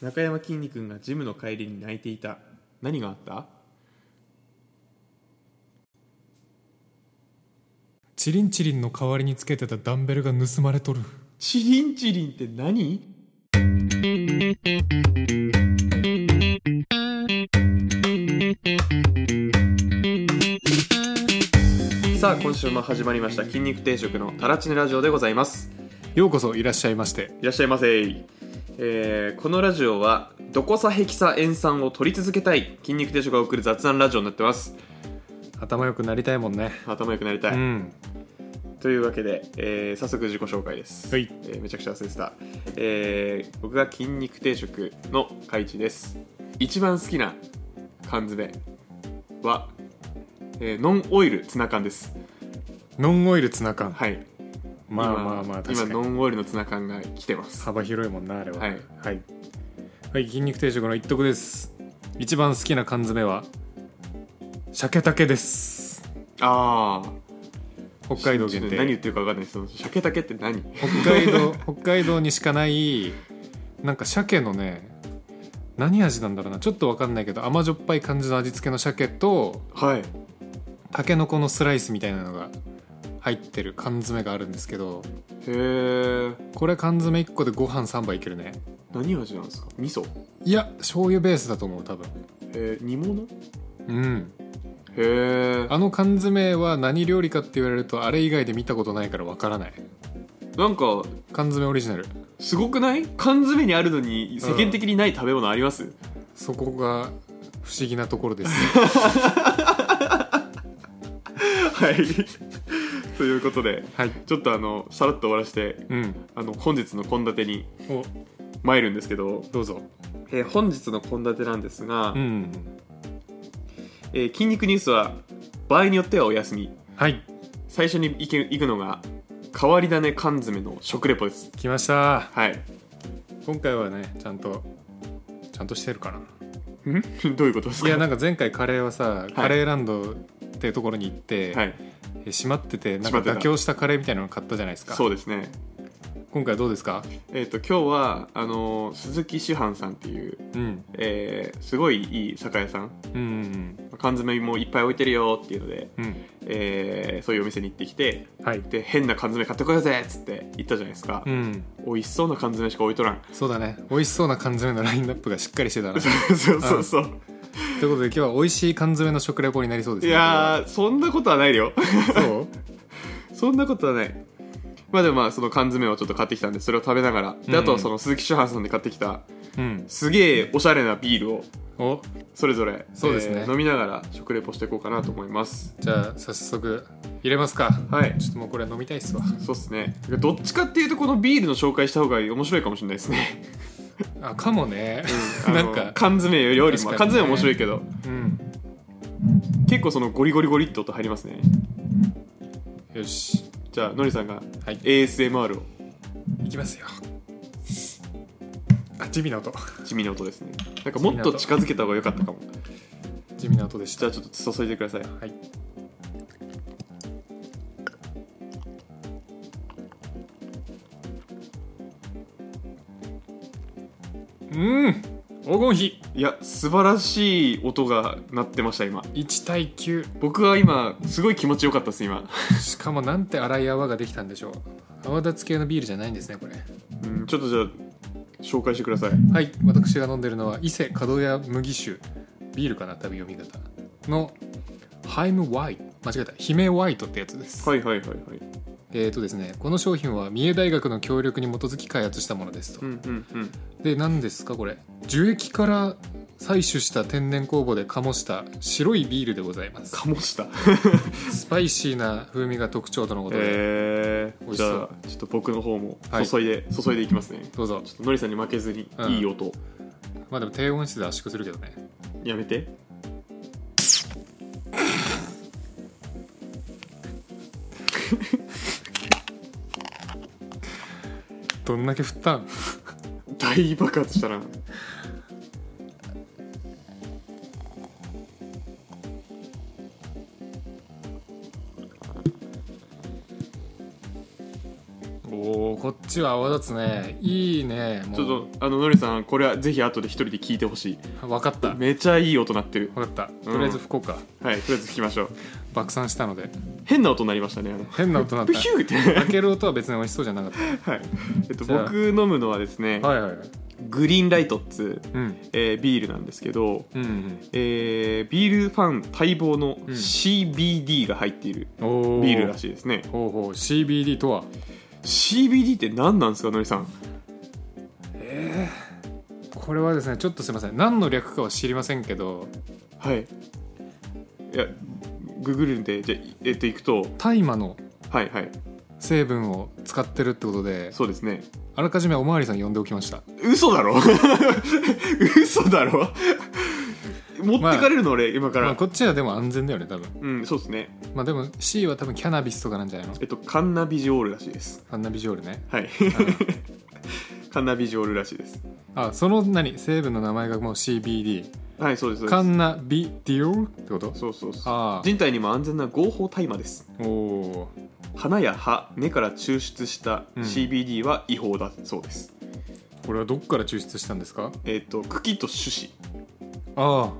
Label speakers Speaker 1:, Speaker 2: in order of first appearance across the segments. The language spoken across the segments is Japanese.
Speaker 1: 中山きんに君がジムの帰りに泣いていた何があった
Speaker 2: チリンチリンの代わりにつけてたダンベルが盗まれとる
Speaker 1: チリンチリンって何さあ今週も始まりました筋肉定食のタラチネラジオでございます
Speaker 2: ようこそいらっしゃいまして
Speaker 1: いらっしゃいませ、えーこのラジオはどこさヘキサ塩酸を取り続けたい筋肉定食が送る雑談ラジオになってます
Speaker 2: 頭良くなりたいもんね
Speaker 1: 頭良くなりたい、
Speaker 2: ん
Speaker 1: というわけで、えー早速自己紹介です、
Speaker 2: はい
Speaker 1: えーめちゃくちゃ忘れてた、えー僕が筋肉定食の海地です一番好きな缶詰は、えーノンオイルツナ缶です
Speaker 2: ノンオイルツナ缶
Speaker 1: はい
Speaker 2: まあ
Speaker 1: 今
Speaker 2: まあまあ確か
Speaker 1: 今ノ
Speaker 2: に
Speaker 1: ンオイルのツナ缶が来てます
Speaker 2: 幅広いもんなあれは
Speaker 1: はい、
Speaker 2: はいはい筋肉定食の一徳です一番好きな缶詰は鮭竹です
Speaker 1: ああ
Speaker 2: 北海道限定
Speaker 1: 何言ってるか分かんないですその鮭竹って何
Speaker 2: 北海道 北海道にしかないなんか鮭のね何味なんだろうなちょっとわかんないけど甘じょっぱい感じの味付けの鮭と
Speaker 1: はい
Speaker 2: タケノコのスライスみたいなのが入ってる缶詰があるんですけど
Speaker 1: へえ
Speaker 2: これ缶詰1個でご飯3杯いけるね
Speaker 1: 何味なんですか味噌
Speaker 2: いや醤油ベースだと思う多分
Speaker 1: えー、煮物へ
Speaker 2: うん
Speaker 1: え
Speaker 2: あの缶詰は何料理かって言われるとあれ以外で見たことないからわからない
Speaker 1: なんか
Speaker 2: 缶詰オリジナル
Speaker 1: すごくない缶詰にあるのに世間的にない食べ物あります、
Speaker 2: そこが不思議なとこ ろです
Speaker 1: はいということで
Speaker 2: はい
Speaker 1: ちょっとあのさらっと終わらせて
Speaker 2: うん
Speaker 1: あの本日の献立に
Speaker 2: お
Speaker 1: 参るんですけど、
Speaker 2: どうぞ
Speaker 1: えー本日の献立なんですが、
Speaker 2: うん
Speaker 1: えー筋肉ニュースは場合によってはお休み
Speaker 2: はい
Speaker 1: 最初に行け行くのが変わり種缶詰の食レポです
Speaker 2: 来ました
Speaker 1: はい
Speaker 2: 今回はねちゃんとちゃんとしてるかな ん
Speaker 1: どういうことですか
Speaker 2: いやなんか前回カレーはさカレーランドってところに行って、
Speaker 1: はい
Speaker 2: え閉まっててなん
Speaker 1: 閉ま
Speaker 2: か
Speaker 1: ってた
Speaker 2: 妥協したカレーみたいなの買ったじゃないですか
Speaker 1: そうですね
Speaker 2: 今回どうですか
Speaker 1: えっ、と今日はあのー鈴木師範さんっていう、
Speaker 2: うん
Speaker 1: えーすごいいい酒屋さん
Speaker 2: うんうん
Speaker 1: 缶詰もいっぱい置いてるよっていうので、
Speaker 2: うん
Speaker 1: えーそういうお店に行ってきて
Speaker 2: うんはい
Speaker 1: で変な缶詰買ってこようぜっつって行ったじゃないですか、
Speaker 2: うん
Speaker 1: 美味しそうな缶詰しか置いとらん
Speaker 2: そうだね美味しそうな缶詰のラインナップがしっかりしてたなという
Speaker 1: そうそうそう、
Speaker 2: ことで今日は美味しい缶詰の食レポになりそうです
Speaker 1: い
Speaker 2: ね
Speaker 1: やーそんなことはないよ
Speaker 2: そう
Speaker 1: そんなことはないまあでもまあその缶詰をちょっと買ってきたんでそれを食べながらであとはその鈴木師範さんで買ってきた
Speaker 2: うん
Speaker 1: すげえおしゃれなビールを
Speaker 2: お
Speaker 1: それぞれ
Speaker 2: そうですね
Speaker 1: えー飲みながら食レポしていこうかなと思います
Speaker 2: じゃあ早速入れますか
Speaker 1: はい
Speaker 2: ちょっともうこれは飲みたいっすわ
Speaker 1: そうっすねどっちかっていうとこのビールの紹介した方が面白いかもしれないですね
Speaker 2: あかもね、
Speaker 1: あの
Speaker 2: なんか
Speaker 1: 缶詰よりも、
Speaker 2: 確か
Speaker 1: 缶
Speaker 2: にね
Speaker 1: 詰面白いけど
Speaker 2: うん
Speaker 1: 結構そのゴリゴリゴリって音入りますね
Speaker 2: よし
Speaker 1: じゃあのりさんが
Speaker 2: はい
Speaker 1: ASMR を
Speaker 2: いきますよあ地味な音
Speaker 1: 地味な音ですねなんかもっと近づけた方が良かったかも
Speaker 2: 地味な音でし
Speaker 1: じ
Speaker 2: た
Speaker 1: ゃあちょっと注いでください
Speaker 2: はいうん黄金比
Speaker 1: いや素晴らしい音が鳴ってました今
Speaker 2: 1対9
Speaker 1: 僕は今すごい気持ちよかったです今
Speaker 2: しかもなんて粗い泡ができたんでしょう泡立つ系のビールじゃないんですねこれ
Speaker 1: うんちょっとじゃあ紹介してください
Speaker 2: はい私が飲んでるのは伊勢角屋麦酒ビールかな多分読み方のハイムワイ間違えた姫ワイトってやつです
Speaker 1: はいはいはいはい
Speaker 2: えーとですね、この商品は三重大学の協力に基づき開発したものですと
Speaker 1: う。んうんうん
Speaker 2: で何ですかこれ樹液から採取した天然酵母で醸した白いビールでござい ます
Speaker 1: かもした
Speaker 2: スパイシーな風味が特徴とのことで、
Speaker 1: え
Speaker 2: 美
Speaker 1: ー、
Speaker 2: 味し
Speaker 1: じ
Speaker 2: そう
Speaker 1: ゃあちょっと僕の方も
Speaker 2: はい
Speaker 1: 注いで、注いでいきますね
Speaker 2: どうぞ
Speaker 1: ちょっとのりさんに負けずに
Speaker 2: うん
Speaker 1: いい音、
Speaker 2: まあでも低温室で圧縮するけどね
Speaker 1: やめて
Speaker 2: どんだけ振った ん
Speaker 1: 大爆発したな
Speaker 2: おおこっちは泡立つねいいねもう
Speaker 1: ちょっとあののりさんこれはぜひ後で一人で聞いてほし
Speaker 2: 分かった
Speaker 1: いめちゃいい音鳴ってる
Speaker 2: 分かったとりあえず福岡、
Speaker 1: はいとりあえず聞きましょう
Speaker 2: 爆散したので
Speaker 1: 変な音鳴りましたねあの
Speaker 2: 変な 音なっ
Speaker 1: プヒ
Speaker 2: た
Speaker 1: ューっ、
Speaker 2: 開ける音は別に美味しそうじゃなかって
Speaker 1: はいえっと、
Speaker 2: じゃあ
Speaker 1: 僕飲む のはですね、
Speaker 2: たはいはいはい
Speaker 1: グリーンライトっつう、
Speaker 2: うん
Speaker 1: えービールなんですけど、
Speaker 2: うんうん
Speaker 1: えービールファン待望の
Speaker 2: ん
Speaker 1: CBD が入っている
Speaker 2: お
Speaker 1: ビールら
Speaker 2: い
Speaker 1: しいですね、
Speaker 2: ほうほう CBD とは
Speaker 1: CBD って何なんですかのりさん
Speaker 2: これはですねちょっとすいません何の略かは知りませんけど
Speaker 1: はいいやググるんでじゃあえっといくと
Speaker 2: 大麻の
Speaker 1: はいはい
Speaker 2: 成分を使ってるってことで
Speaker 1: そうですね
Speaker 2: あらかじめおまわりさん呼んでおきました
Speaker 1: 嘘だろ 嘘だろ持ってかれるの、俺今か
Speaker 2: ま
Speaker 1: ら、
Speaker 2: あこっちはでも安全だよね多分
Speaker 1: うんそうですね
Speaker 2: まあでも C は多分キャナビスとかなんじゃないの
Speaker 1: えっとカンナビジオールらしいです
Speaker 2: カンナビジョールね
Speaker 1: はいカンナビジオールらしいです
Speaker 2: あその何成分の名前がもう CBD
Speaker 1: はいそうですそうです
Speaker 2: カンナビディオールってこと
Speaker 1: そうそうそう
Speaker 2: あ
Speaker 1: 人体にも安全な合法大麻です
Speaker 2: あおー
Speaker 1: 花や葉根から抽出した
Speaker 2: うん
Speaker 1: CBD は違法だそうです、
Speaker 2: これはどこから抽出したんですか
Speaker 1: えっと茎と種子
Speaker 2: ああ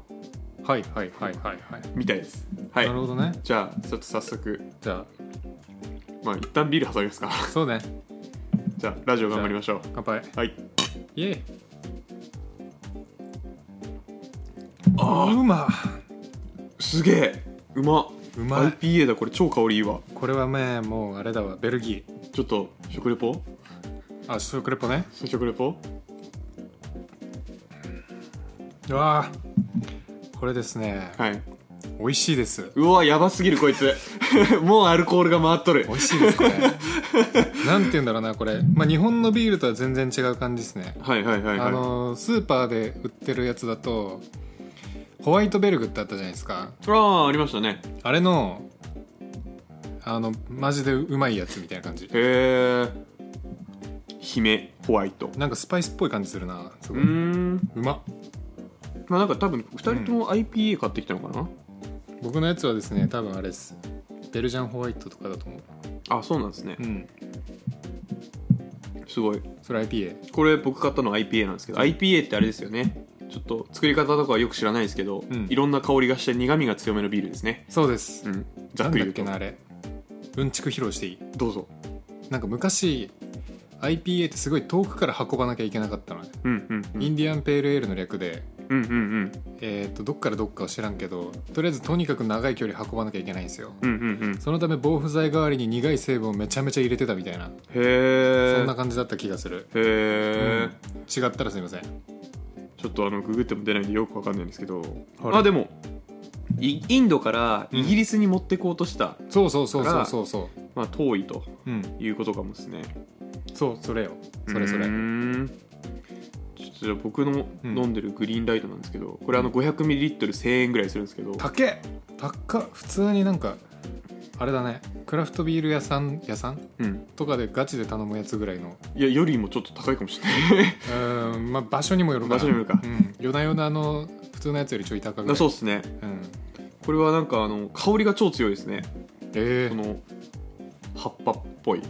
Speaker 2: はいはいはいはいはい、
Speaker 1: みたいですはい
Speaker 2: なるほどね
Speaker 1: じゃあちょっと早速
Speaker 2: じゃ
Speaker 1: まあ一旦ビール挟みますか
Speaker 2: あそうね
Speaker 1: じゃあラジオ頑張りましょ
Speaker 2: 乾杯
Speaker 1: うはい
Speaker 2: イエイああうます
Speaker 1: げえうま
Speaker 2: うまい
Speaker 1: IPA だこれ超香りいいわ
Speaker 2: これはねもうあれだわベルギ
Speaker 1: ちょっと食レポ
Speaker 2: ーあ食レポね
Speaker 1: 食レポ
Speaker 2: うわーこれですね
Speaker 1: はい
Speaker 2: 美味しいです
Speaker 1: うわやばすぎるこいつ もうアルコールが回っとる
Speaker 2: 美味しいですこれ なんて言うんだろうなこれ、まあ、日本のビールとは全然違う感じですね
Speaker 1: はいはいはい
Speaker 2: あ
Speaker 1: はい
Speaker 2: のースーパーで売ってるやつだとホワイトベルグってあったじゃないですか
Speaker 1: ああありましたね
Speaker 2: あれのあのマジでうまいやつみたいな感じ
Speaker 1: へえ姫ホワイト
Speaker 2: なんかスパイスっぽい感じするなす
Speaker 1: う
Speaker 2: ご
Speaker 1: ー
Speaker 2: いうんまっ
Speaker 1: まあなんか多分2人とも IPA 買ってきたのかな、
Speaker 2: 僕のやつはですね多分あれですベルジャンホワイトとかだと思う
Speaker 1: あそうなんですね
Speaker 2: うん
Speaker 1: すごい
Speaker 2: それ IPA
Speaker 1: これ僕買ったの IPA なんですけど IPA ってあれですよねちょっと作り方とかはよく知らないですけど、
Speaker 2: ん
Speaker 1: いろんな香りがして苦味が強めのビールですね
Speaker 2: そうです、
Speaker 1: うんざ
Speaker 2: な
Speaker 1: っ
Speaker 2: ん
Speaker 1: くり
Speaker 2: だ
Speaker 1: 言う
Speaker 2: っけ
Speaker 1: と
Speaker 2: なあれうんちく披露していい
Speaker 1: どうぞ
Speaker 2: なんか昔 IPA ってすごい遠くから運ばなきゃいけなかったのね、
Speaker 1: うんうんう
Speaker 2: イ
Speaker 1: ん
Speaker 2: ンディアンペールエールの略で、
Speaker 1: うんうん
Speaker 2: えー、とどっからどっかは知らんけどとりあえずとにかく長い距離運ばなきゃいけないんですよ
Speaker 1: うんうんうんうん
Speaker 2: そのため防腐剤代わりに苦い成分をめちゃめちゃ入れてたみたいな
Speaker 1: へえ
Speaker 2: そんな感じだった気がする、
Speaker 1: へえ、
Speaker 2: 違ったらすいません
Speaker 1: ちょっとあのググっても出ないんでよくわかんないんですけど、
Speaker 2: はい
Speaker 1: まあでもイインドからイギリスに持ってこうとした、
Speaker 2: そうそうそうそうそうそ
Speaker 1: まあ遠いと
Speaker 2: ううん
Speaker 1: いうことかもですね
Speaker 2: そうそれよそれそれ
Speaker 1: うーんちょっとじゃあ僕の
Speaker 2: うん
Speaker 1: 飲んでるグリーンライトなんですけど、これあの 500ml1000 円ぐらいするんですけど
Speaker 2: 高え高っ普通になんかあれだねクラフトビール屋さん屋さん
Speaker 1: うん
Speaker 2: とかでガチで頼むやつぐらいの
Speaker 1: いやよりもちょっと高いかもしれない
Speaker 2: うーんまあ場所にもよるかな
Speaker 1: 場所にもよるか
Speaker 2: うん、夜な夜なの普通のやつよりちょい高く、
Speaker 1: あそううですね
Speaker 2: うん、
Speaker 1: これはなんかあの香りが超強いですね
Speaker 2: え
Speaker 1: この葉っぱっぽい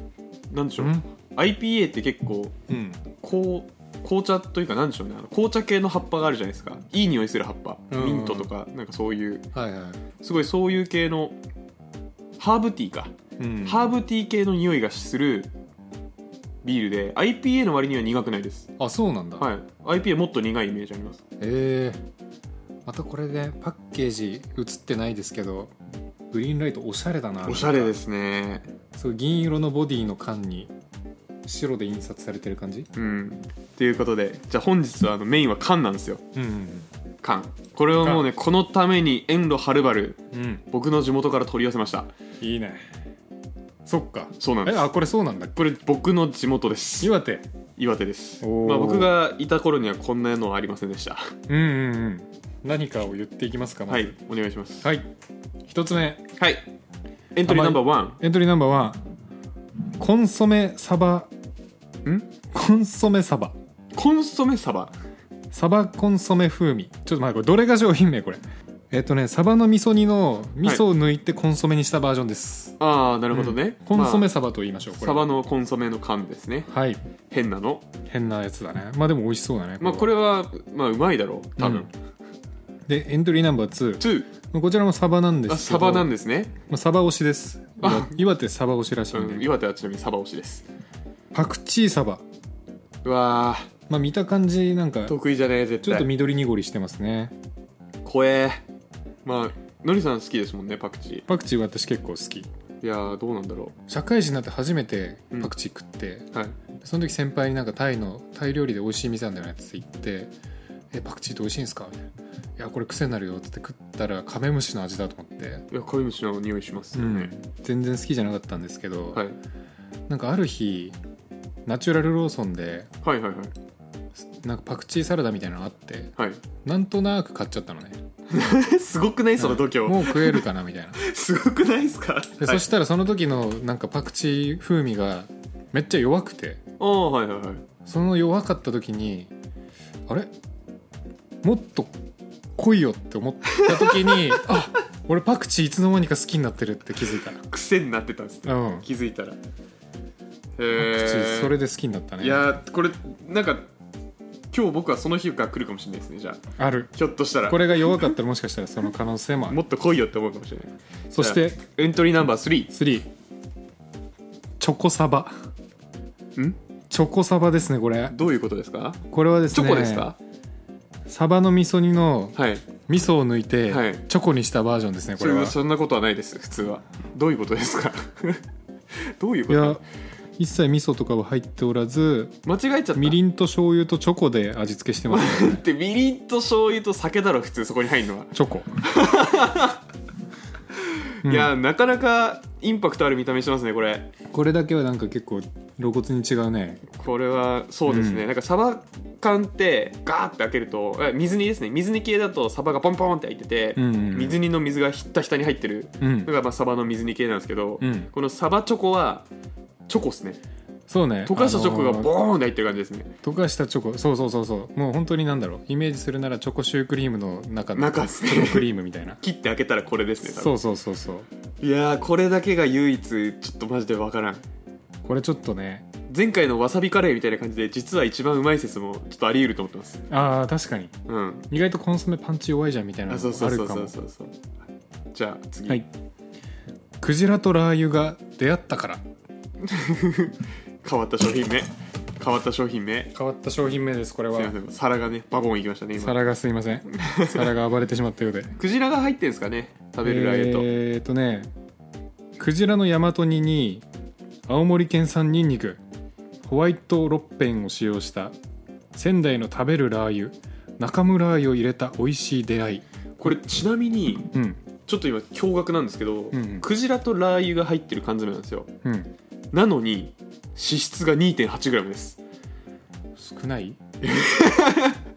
Speaker 1: なんでし
Speaker 2: ー、
Speaker 1: ょう、IPA って結構
Speaker 2: うん
Speaker 1: こう紅茶というかなんでしょうねあの紅茶系の葉っぱがあるじゃないですかいい匂いする葉っぱ
Speaker 2: うん
Speaker 1: ミントとかなんかそういう
Speaker 2: はいはい、
Speaker 1: すごいそういう系のハーブティーか
Speaker 2: うん、
Speaker 1: ハーブティー系の匂いがするビールで IPA の割には苦くないです、
Speaker 2: あそうなんだ、
Speaker 1: はい、IPA もっと苦いイメージあります
Speaker 2: えー、またこれで、パッケージ映ってないですけどグリーンライトおしゃれだな
Speaker 1: おしゃれですすね
Speaker 2: そう銀色のボディの缶に白で印刷されてる感じ
Speaker 1: うんということでじゃあ本日はあのメインは缶なんですよ
Speaker 2: うん
Speaker 1: 缶これはもうねこのために遠路はるばる
Speaker 2: うん
Speaker 1: 僕の地元から取り寄せました
Speaker 2: いいねそっか
Speaker 1: そうなんで
Speaker 2: え
Speaker 1: す
Speaker 2: あこれそうなんだ
Speaker 1: これ僕の地元です
Speaker 2: 岩手
Speaker 1: 岩手です、
Speaker 2: おー
Speaker 1: まあ、僕がいた頃にはこんなのはありませんでした
Speaker 2: うんうんうん何かを言っていきますかま
Speaker 1: は
Speaker 2: ず
Speaker 1: いお願いします
Speaker 2: はい、一つ目
Speaker 1: はいエントリーナンバーワン
Speaker 2: エントリーナンバーはコンソメサバ
Speaker 1: ん
Speaker 2: コンソメサバ
Speaker 1: コンソメサバ
Speaker 2: サバコンソメ風味ちょっと待ってこれどれが商品名これえっとねサバの味噌煮の味噌を抜いてコンソメにしたバージョンです、
Speaker 1: ああなるほどね、
Speaker 2: コンソメ
Speaker 1: ま
Speaker 2: サバと言いましょう、
Speaker 1: あ
Speaker 2: これ
Speaker 1: サバのコンソメの缶ですね
Speaker 2: はい
Speaker 1: 変なの
Speaker 2: 変なやつだねまあでも美味しそうだね
Speaker 1: まあこれはまあうまいだろう多分、
Speaker 2: でエントリーナンバー2
Speaker 1: ツー
Speaker 2: まあこちらもサバなんです
Speaker 1: あ
Speaker 2: け
Speaker 1: サ
Speaker 2: ど
Speaker 1: バなんですね、
Speaker 2: まあ、サバ推しです
Speaker 1: あ
Speaker 2: 岩手サバ推しらしいんで、
Speaker 1: うん、岩手はちなみにサバ推しです
Speaker 2: パクチーサバ、
Speaker 1: うわ
Speaker 2: まあ、見た感じなんか
Speaker 1: ー
Speaker 2: ちょ
Speaker 1: 得意じゃねえ絶
Speaker 2: っと
Speaker 1: 対
Speaker 2: 緑濁りしてますね
Speaker 1: 怖えまあのりさん好きですもんねパクチ
Speaker 2: パクチー私結構好き
Speaker 1: ーいやーどうなんだろ
Speaker 2: 社会人になって初めて
Speaker 1: うん
Speaker 2: パクチー食って、
Speaker 1: うはい
Speaker 2: その時先輩になんかタイのタイ料理で美味しい店なんだよねって言って「えパクチーって美味しいんですか?」みたいな「いやこれ癖になるよ」って食ったらカメムシの味だと思って、
Speaker 1: いやカメムシの匂いしますよね、
Speaker 2: 全然好きじゃなかったんですけど、
Speaker 1: はい、
Speaker 2: なんかある日ナチュラルローソンで
Speaker 1: はいはいはい
Speaker 2: なんかパクチーサラダみたいなのあって
Speaker 1: はい
Speaker 2: なんとなく買っちゃったのね
Speaker 1: えすごくないその度胸、
Speaker 2: もう食えるかなみたいな
Speaker 1: すごくないですか
Speaker 2: でそしたらその時のなんかパクチー風味がめっちゃ弱くて
Speaker 1: ああはいはいはい
Speaker 2: その弱かった時にあれもっと濃いよって思った時に あ俺パクチーいつの間にか好きになってるって気づいた
Speaker 1: 癖になってたんですね、
Speaker 2: うん
Speaker 1: 気づいたらへ
Speaker 2: パクチ
Speaker 1: え
Speaker 2: ーそれで好きになったね
Speaker 1: いやーこれなんか今日僕はその日が来るかもしれないですねじゃあ
Speaker 2: ある
Speaker 1: ひょっとしたら
Speaker 2: これが弱かったらもしかしたらその可能性もあ
Speaker 1: も
Speaker 2: る
Speaker 1: っと来いよって思うかもしれない
Speaker 2: そして
Speaker 1: エントリーナンバー
Speaker 2: 3チョコサバ
Speaker 1: 3ん
Speaker 2: チョコサバですねこれ
Speaker 1: どういうことですか
Speaker 2: これはです
Speaker 1: チ
Speaker 2: ね
Speaker 1: ョコですか、
Speaker 2: サバの味噌煮の
Speaker 1: はい
Speaker 2: 味噌を抜いて
Speaker 1: はい
Speaker 2: チョコにしたバージョンですねこ
Speaker 1: そ
Speaker 2: れ
Speaker 1: れ
Speaker 2: は
Speaker 1: はそんなことはないです普通はどういうことですか どういう
Speaker 2: い
Speaker 1: こ
Speaker 2: や
Speaker 1: と
Speaker 2: 一切味噌とかは入っておらず
Speaker 1: 間違えちゃった
Speaker 2: みりんと醤油とチョコで味付けしてま すね
Speaker 1: ってみりんと醤油と酒だろ普通そこに入るのは、
Speaker 2: チョコ
Speaker 1: いやなかなかインパクトある見た目してますねこれ
Speaker 2: これだけはなんか結構露骨に違うね
Speaker 1: これはそうですね、
Speaker 2: うん
Speaker 1: なんかサバ缶ってガーって開けるとえ水煮ですね水煮系だとサバがポンポンって開いてて、
Speaker 2: うんうんうん
Speaker 1: 水煮の水がひったひたに入ってる
Speaker 2: うん
Speaker 1: のがまあサバの水煮系なんですけど、
Speaker 2: うん
Speaker 1: このサバチョコはチョコですね
Speaker 2: そうね
Speaker 1: 溶かしたチョコが
Speaker 2: あのー
Speaker 1: ボーンって入ってる感じですね、
Speaker 2: 溶かしたチョコそうそうそうそうもう本当になんだろうイメージするならチョコシュークリームの中の
Speaker 1: 中っすね
Speaker 2: チョコクリームみ たいな
Speaker 1: 切って開けたらこれですね多
Speaker 2: そ
Speaker 1: 分
Speaker 2: うそうそうそう
Speaker 1: いやーこれだけが唯一ちょっとマジでわからん
Speaker 2: これちょっとね
Speaker 1: 前回のわさびカレーみたいな感じで実は一番うまい説もちょっとあり得ると思ってます
Speaker 2: あー確かに
Speaker 1: うん
Speaker 2: 意外とコンソメパンチ弱いじゃんみたいな
Speaker 1: あ
Speaker 2: の
Speaker 1: そうそ
Speaker 2: あ
Speaker 1: うそ
Speaker 2: る
Speaker 1: う
Speaker 2: か
Speaker 1: そう
Speaker 2: も
Speaker 1: そうそうじゃあ次、
Speaker 2: はいクジラとラー油が出会ったから
Speaker 1: 変わった商品 名変わった商品名
Speaker 2: 変わった商品名ですこれ
Speaker 1: すいま
Speaker 2: は
Speaker 1: せん皿がねバゴン行きましたね今
Speaker 2: 皿がすいませ ん皿が暴れてしまったようで
Speaker 1: クジラが入ってんですかね食べるラー油と、
Speaker 2: えー、とねクジラの大和煮に青森県産ニンニクホワイトロッペンを使用した仙台の食べるラー油中村ラー油を入れた美味しい出会い
Speaker 1: これちなみに
Speaker 2: うん
Speaker 1: ちょっと今驚愕なんですけど、
Speaker 2: んうん
Speaker 1: クジラとラー油が入ってる缶詰なんですよ
Speaker 2: うん
Speaker 1: なのに脂質が 2.8g です
Speaker 2: 少ない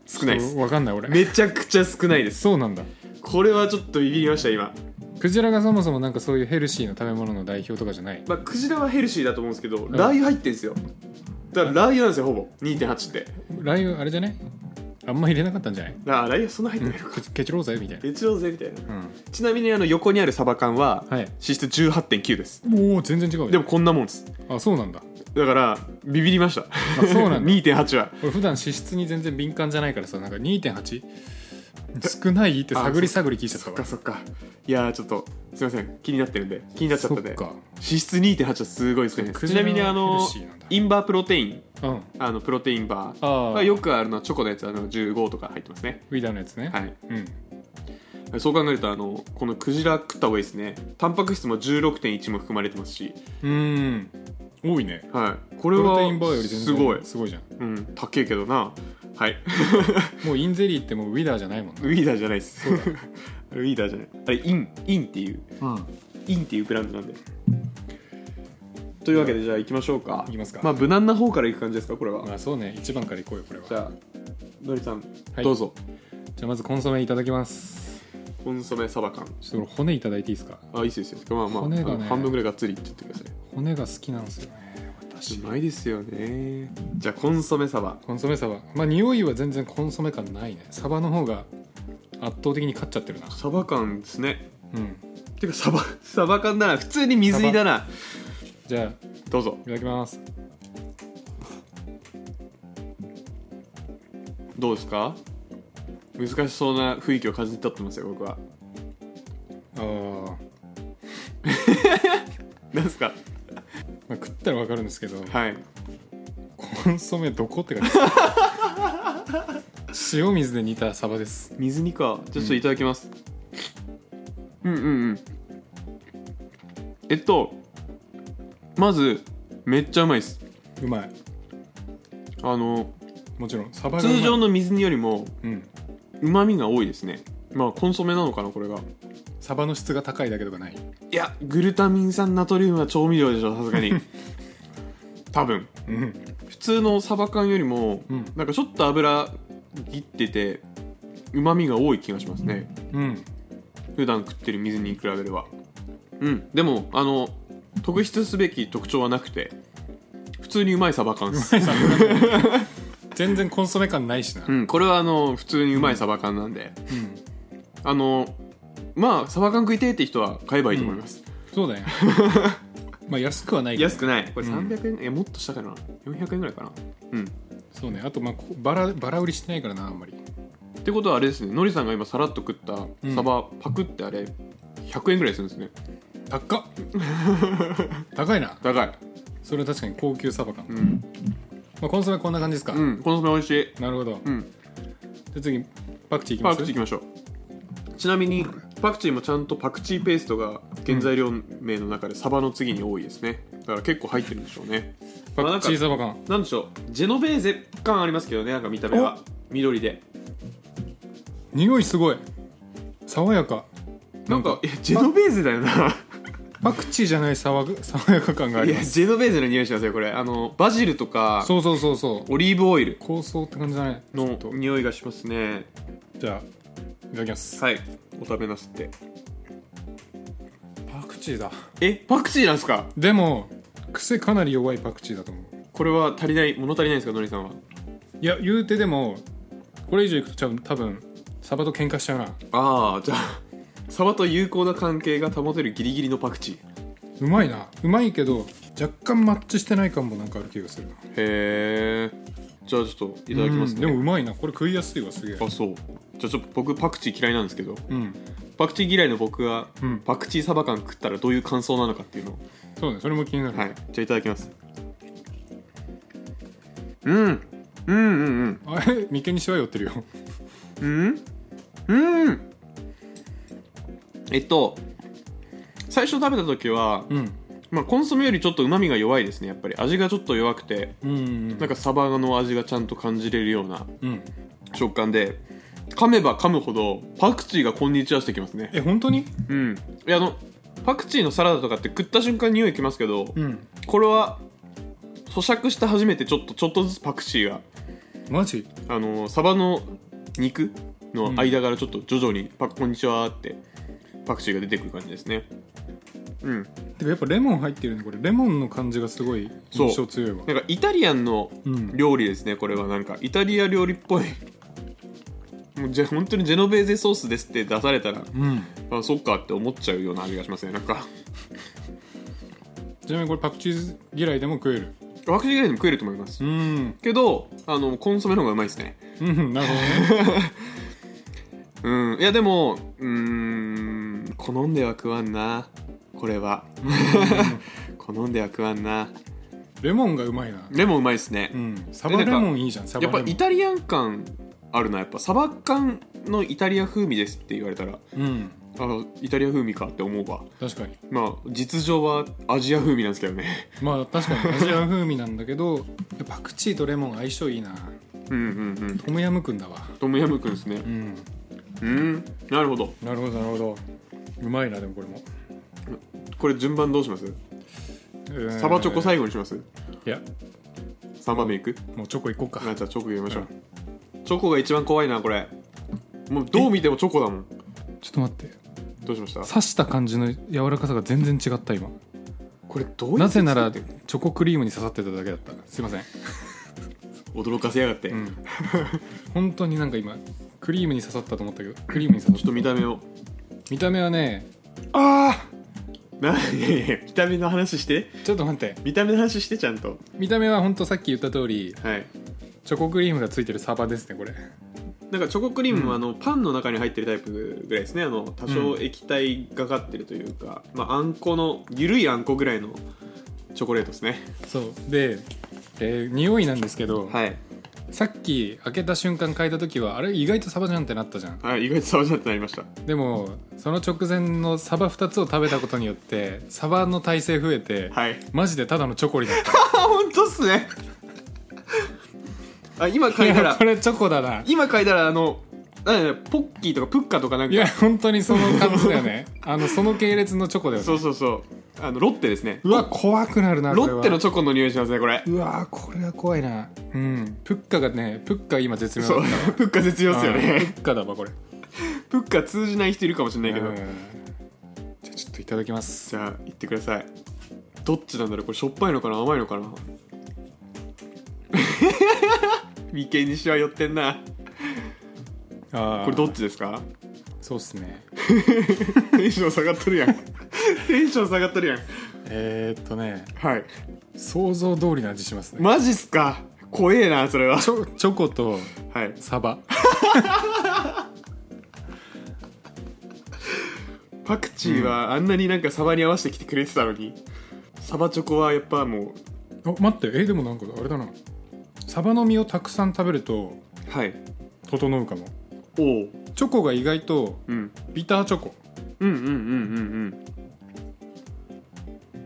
Speaker 1: 少ないです
Speaker 2: わかんない俺
Speaker 1: めちゃくちゃ少ないです
Speaker 2: そうなんだ
Speaker 1: これはちょっとビビりました今、
Speaker 2: クジラがそもそもなんかそういうヘルシーな食べ物の代表とかじゃない
Speaker 1: まあ、クジラはヘルシーだと思うんですけど、ラー油入ってんですよだからラー油なんですよほぼ2.8って
Speaker 2: ラー油あれじゃないあんま入れなかったんじゃない
Speaker 1: あーラー油そんな入ってないのか
Speaker 2: ケチケチろうぜみたいな
Speaker 1: ベチローゼみたいな
Speaker 2: うん
Speaker 1: ちなみにあの横にあるサバ缶は
Speaker 2: はい
Speaker 1: 脂質18.9です
Speaker 2: おお全然違うよ
Speaker 1: でもこんなもんです
Speaker 2: あそうなんだ
Speaker 1: だからビビりました
Speaker 2: あそうなんだ
Speaker 1: 2.8は
Speaker 2: 俺普段脂質に全然敏感じゃないからさなんか2.8少ないって探り探り聞いちゃった
Speaker 1: そっ
Speaker 2: わ
Speaker 1: かそっかいやーちょっとすいません気になってるんで気になっちゃったんで
Speaker 2: そっか
Speaker 1: 脂質2.8はすごいですね
Speaker 2: ク
Speaker 1: ち
Speaker 2: ジラ
Speaker 1: な
Speaker 2: は
Speaker 1: みにあ
Speaker 2: ヘ
Speaker 1: の
Speaker 2: ルシーなんだ
Speaker 1: インバープロテイン
Speaker 2: うん
Speaker 1: あのプロテインバー
Speaker 2: あ
Speaker 1: ま
Speaker 2: あ
Speaker 1: あよくあるのはチョコのやつあの15とか入ってますね
Speaker 2: ウィダーのやつね、
Speaker 1: はい
Speaker 2: うん
Speaker 1: そう考えるとあのこのクジラ食った方がいいですねタンパク質も16.1も含まれてますし、
Speaker 2: うーん多いね
Speaker 1: はい、こ
Speaker 2: プ
Speaker 1: れ
Speaker 2: ロ
Speaker 1: は
Speaker 2: テインバーより全然
Speaker 1: すごい、
Speaker 2: すごいじゃん
Speaker 1: うん、高えけどなはい
Speaker 2: もうインゼリーってもうウィダーじゃないもんな
Speaker 1: ウィーダーじゃないです。ウィーダーじゃない。あれ、イン、インっていう、
Speaker 2: うん
Speaker 1: インっていうブランドなんで。というわけで、じゃあ行きましょうか。
Speaker 2: 行きますか
Speaker 1: まあ、無難な方から行く感じですか、これは。
Speaker 2: まあそうね一番からいこうよこれは
Speaker 1: じゃあ、のりさん、
Speaker 2: はい
Speaker 1: どうぞ。
Speaker 2: じゃあまずコンソメいただきます
Speaker 1: コンソメサバ缶。
Speaker 2: ちょっと俺骨いただいていいですか
Speaker 1: あ、いいですよいいですよ。まあまあ、
Speaker 2: 骨がね
Speaker 1: あの半分ぐらいがっつりいっちゃってくださ
Speaker 2: 骨が好きなんですよね
Speaker 1: い。
Speaker 2: 私
Speaker 1: うまいですよね。じゃあ、コンソメサバ。
Speaker 2: コンソメサバまあ匂いは全然コンソメ感ないねサバの方が圧倒的に勝っちゃってるな
Speaker 1: サバ缶ですね
Speaker 2: うん
Speaker 1: てかサバ サバ缶だな普通に水煮だな
Speaker 2: じゃあい
Speaker 1: どうぞ
Speaker 2: ただきます
Speaker 1: どうですか難しそうな雰囲気を感じ取ってますよ僕は
Speaker 2: あー、ま
Speaker 1: なんですか
Speaker 2: あ食ったらわかるんですけど
Speaker 1: はい
Speaker 2: コンソメどこって感じ です塩水で煮たサバです
Speaker 1: 水煮かじゃあちょっといただきます、うん、うんうんえっとまずめっちゃうまいです
Speaker 2: うまい
Speaker 1: あの
Speaker 2: もちろんサバがうまい
Speaker 1: 通常の水煮よりも
Speaker 2: うん
Speaker 1: うまみが多いですねまあコンソメなのかなこれが
Speaker 2: サバの質が高いだけとかない
Speaker 1: いやグルタミン酸ナトリウムは調味料でしょさすが に多分
Speaker 2: うん
Speaker 1: 普通のサバ缶よりも、
Speaker 2: うん
Speaker 1: なんかちょっと油切っててうまみが多い気がしますね
Speaker 2: うん
Speaker 1: 普段食ってる水に比べればうんでもあの特筆すべき特徴はなくて普通にうまいサバ缶です
Speaker 2: 全然コンソメ感ないしな
Speaker 1: うんこれはあの普通にうまいサバ缶なんで、
Speaker 2: ん
Speaker 1: あのまあサバ缶食いてえって人は買えばいいと思います、
Speaker 2: そうだよ まあ安くはないけど
Speaker 1: 安くないこれ
Speaker 2: うん
Speaker 1: 300円、えもっとしたかな400円ぐらいかなうん
Speaker 2: そうねあとまあこバラバラ売りしてないからなあんまり
Speaker 1: ってことはあれですねのりさんが今さらっと食ったサバパクってあれ100円ぐらいするんですね
Speaker 2: 高っ高いな
Speaker 1: 高い
Speaker 2: それは確かに高級サバ缶、
Speaker 1: うん、
Speaker 2: まあ、コンソメこんな感じですか、
Speaker 1: うん、コンソメ美味しい
Speaker 2: なるほど
Speaker 1: うん
Speaker 2: で次パクチーいきま
Speaker 1: パ
Speaker 2: す
Speaker 1: クチーいきましょうちなみにパクチーもちゃんとパクチーペーストが原材料名の中でサバの次に多いですねだから結構入ってるんでしょうねまあな
Speaker 2: パ
Speaker 1: ん
Speaker 2: ク
Speaker 1: か
Speaker 2: チーサバ缶
Speaker 1: なんでしょうジェノベーゼ感ありますけどねなんか見た目は緑で
Speaker 2: 匂いすごい爽やか
Speaker 1: なんか いやジェノベーゼだよな
Speaker 2: パクチーじゃない爽や爽やか感があ
Speaker 1: い
Speaker 2: り
Speaker 1: や
Speaker 2: ます
Speaker 1: ジェノベーゼの匂いしますよこれあのバジルとか
Speaker 2: そうそうそうそう
Speaker 1: オリーブオイル
Speaker 2: 香草って感じだねちょ
Speaker 1: の
Speaker 2: っと
Speaker 1: 匂いがしますね
Speaker 2: じゃあいただきます
Speaker 1: はいお食べなすって
Speaker 2: パクチーだ
Speaker 1: えパクチーなんですか
Speaker 2: でも癖かなり弱いパクチーだと思う
Speaker 1: これは足りない物足りないんですかのりさんはい
Speaker 2: や言うてでもこれ以上いくと多分多分サバと喧嘩しちゃうな
Speaker 1: ああじゃあサバと友好な関係が保てるギリギリのパクチー
Speaker 2: うまいなうまいけど若干マッチしてない感もなんかある気がするな
Speaker 1: へえじゃあちょっといただきますね
Speaker 2: うんでもうまいなこれ食いやすいわすげえ
Speaker 1: あそうじゃあちょっと僕パクチー嫌いなんですけど
Speaker 2: うん
Speaker 1: パクチー嫌いの僕が、
Speaker 2: うん
Speaker 1: パクチーサバ缶食ったらどういう感想なのかっていうのを
Speaker 2: そうねそれも気になる、
Speaker 1: はいじゃあいただきますうんうんうん
Speaker 2: あれ眉間にしわ寄ってるよ
Speaker 1: うんうんうんえっと最初食べた時は、
Speaker 2: うん
Speaker 1: まあ、コンソメよりちょっとうまみが弱いですねやっぱり味がちょっと弱くて
Speaker 2: うんうん
Speaker 1: なんかサバの味がちゃんと感じれるような
Speaker 2: うん
Speaker 1: 食感で噛めば噛むほどパクチーがこんにちはしてきますね
Speaker 2: え本当に
Speaker 1: うんいやあのパクチーのサラダとかって食った瞬間に匂いきますけど、
Speaker 2: うん
Speaker 1: これは咀嚼して初めてちょっとちょっとずつパクチーが
Speaker 2: マジ
Speaker 1: あのサバの肉の間からちょっと徐々にパク「こんにちは」ってパクチーが出てくる感じですねうん
Speaker 2: でもやっぱレモン入ってるねこれレモンの感じがすごい
Speaker 1: そう
Speaker 2: 印象強いわ
Speaker 1: なんかイタリアンの
Speaker 2: うん
Speaker 1: 料理ですねこれはなんかイタリア料理っぽい もうじゃ本当にジェノベーゼソースですって出されたら
Speaker 2: うん
Speaker 1: あそっかって思っちゃうような味がしますねなんか
Speaker 2: ちなみにこれパクチー嫌いでも食える
Speaker 1: ワクチン以外でも食えると思います
Speaker 2: うん
Speaker 1: けどあのコンソメの方がうまいですね
Speaker 2: うんなるほどね
Speaker 1: うんいやでもうーん好んでは食わんなこれは 好んでは食わんな
Speaker 2: レモンがうまいな
Speaker 1: レモンうまいですね、
Speaker 2: うんサバレモンいいじゃんサバ
Speaker 1: やっ
Speaker 2: レ
Speaker 1: ぱ
Speaker 2: モン
Speaker 1: イタリアン感あるなやっぱサバ缶のイタリア風味ですって言われたら
Speaker 2: うん
Speaker 1: あのイタリア風味かって思うわ
Speaker 2: 確かに
Speaker 1: まあ実情はアジア風味なんですけどね
Speaker 2: まあ確かにアジア風味なんだけどパクチーとレモン相性いいな
Speaker 1: うんうんうん
Speaker 2: トムヤムクンだわ
Speaker 1: トムヤムクンですね
Speaker 2: うん
Speaker 1: うんなるほど
Speaker 2: なるほどなるほどうまいなでもこれも、
Speaker 1: これ順番どうしますサバチョコ最後にします
Speaker 2: いや
Speaker 1: 3番目いく
Speaker 2: もうチョコいこうか
Speaker 1: あじゃあチョコ入れましょう、チョコが一番怖いなこれもうどう見てもチョコだもん
Speaker 2: ちょっと待って
Speaker 1: どうしました
Speaker 2: 刺した感じの柔らかさが全然違った今
Speaker 1: これどういう
Speaker 2: なぜなら
Speaker 1: 作
Speaker 2: チ
Speaker 1: ってんの
Speaker 2: ョコクリームに刺さってただけだったすいません
Speaker 1: 驚かせやがって、
Speaker 2: うん本当になんか今クリームに刺さったと思ったけどクリームに刺さっ
Speaker 1: ちょ
Speaker 2: た
Speaker 1: っと見た目を
Speaker 2: 見た目はねあ
Speaker 1: ないやいや見た目の話して
Speaker 2: あちょっと待って
Speaker 1: 見た目の話してちゃんと
Speaker 2: 見た目はほんとさっき言った通り
Speaker 1: はい
Speaker 2: チョコクリームがついてるサバですねこれ
Speaker 1: なんかチョコクリームは
Speaker 2: う
Speaker 1: あのパンの中に入ってるタイプぐらいですねあの多少液体がかってるというか、まあ、あんこの緩いあんこぐらいのチョコレートですね
Speaker 2: そうで、えー匂いなんですけど、
Speaker 1: はい、
Speaker 2: さっき開けた瞬間嗅いだ時はあれ意外とサバじゃんってなったじゃん
Speaker 1: はい、意外とサバじゃんってなりました
Speaker 2: でもその直前のサバ2つを食べたことによってサバの体勢増えて、
Speaker 1: はい
Speaker 2: マジでただのチョコリだった
Speaker 1: あ本当っすねあ今嗅い だ
Speaker 2: いや
Speaker 1: ら
Speaker 2: これチョコだな
Speaker 1: 今嗅いだらあのなんだろうポッキーとかプッカとかなん
Speaker 2: いや
Speaker 1: か
Speaker 2: 本当にその感じだよねあのその系列のチョコだよね
Speaker 1: そうそうそうあのロッテですね
Speaker 2: うわ怖くなるな
Speaker 1: ロ
Speaker 2: これは
Speaker 1: ッテのチョコの匂いしますねこれ
Speaker 2: うわこれは怖いなうんプッカがねプッカ今絶妙だ
Speaker 1: そう
Speaker 2: った
Speaker 1: プッカ絶妙ですよ
Speaker 2: うん
Speaker 1: ね
Speaker 2: プッカだわこれ
Speaker 1: プッカ通じない人いるかもしれないけど、
Speaker 2: うんじゃあちょっといただきます
Speaker 1: じゃあ行ってくださいどっちなんだろうこれしょっぱいのかな甘いのかな 眉間にしわ寄ってんな
Speaker 2: あー
Speaker 1: これどっちですか
Speaker 2: そうっすね
Speaker 1: テンション下がっとるや んテンション下がっとるやん
Speaker 2: えー、っとね
Speaker 1: はい
Speaker 2: 想像通りの味しますね、
Speaker 1: マジっすか怖えなそれは
Speaker 2: チョチョコと
Speaker 1: はい
Speaker 2: サバ
Speaker 1: パクチーはあんなになんかサバに合わせてきてくれてたのに、サバチョコはやっぱも
Speaker 2: あ待ってえでもなんかあれだなサバの実をたくさん食べると
Speaker 1: うはい
Speaker 2: 整うかも
Speaker 1: おう、
Speaker 2: チョコが意外と
Speaker 1: うん、
Speaker 2: ビターチョコ
Speaker 1: うんうんうんうんうん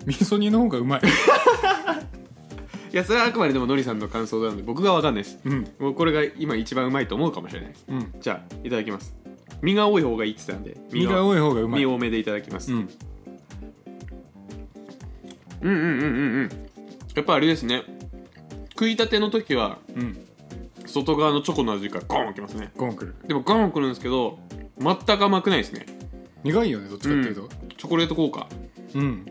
Speaker 2: 味噌煮の方がうま い
Speaker 1: いやそれはあくまででものりさんの感想なので僕がわかんないです
Speaker 2: うん
Speaker 1: もうこれが今一番うまいと思うかもしれないです
Speaker 2: うん
Speaker 1: じゃあいただきます身が多い方がいいって言ってたんで
Speaker 2: 身が
Speaker 1: い
Speaker 2: 多い方がうまい
Speaker 1: 身
Speaker 2: う
Speaker 1: 多めでいただきます、
Speaker 2: ん
Speaker 1: うんうんうんうんうんやっぱあれですね食いたての時は
Speaker 2: うん
Speaker 1: 外側のチョコの味がゴーンきますね
Speaker 2: ゴンくる
Speaker 1: でもゴーンくるんですけど全く甘くないですね
Speaker 2: 苦いよねどっちかっていうと
Speaker 1: チョコレート効果
Speaker 2: うん、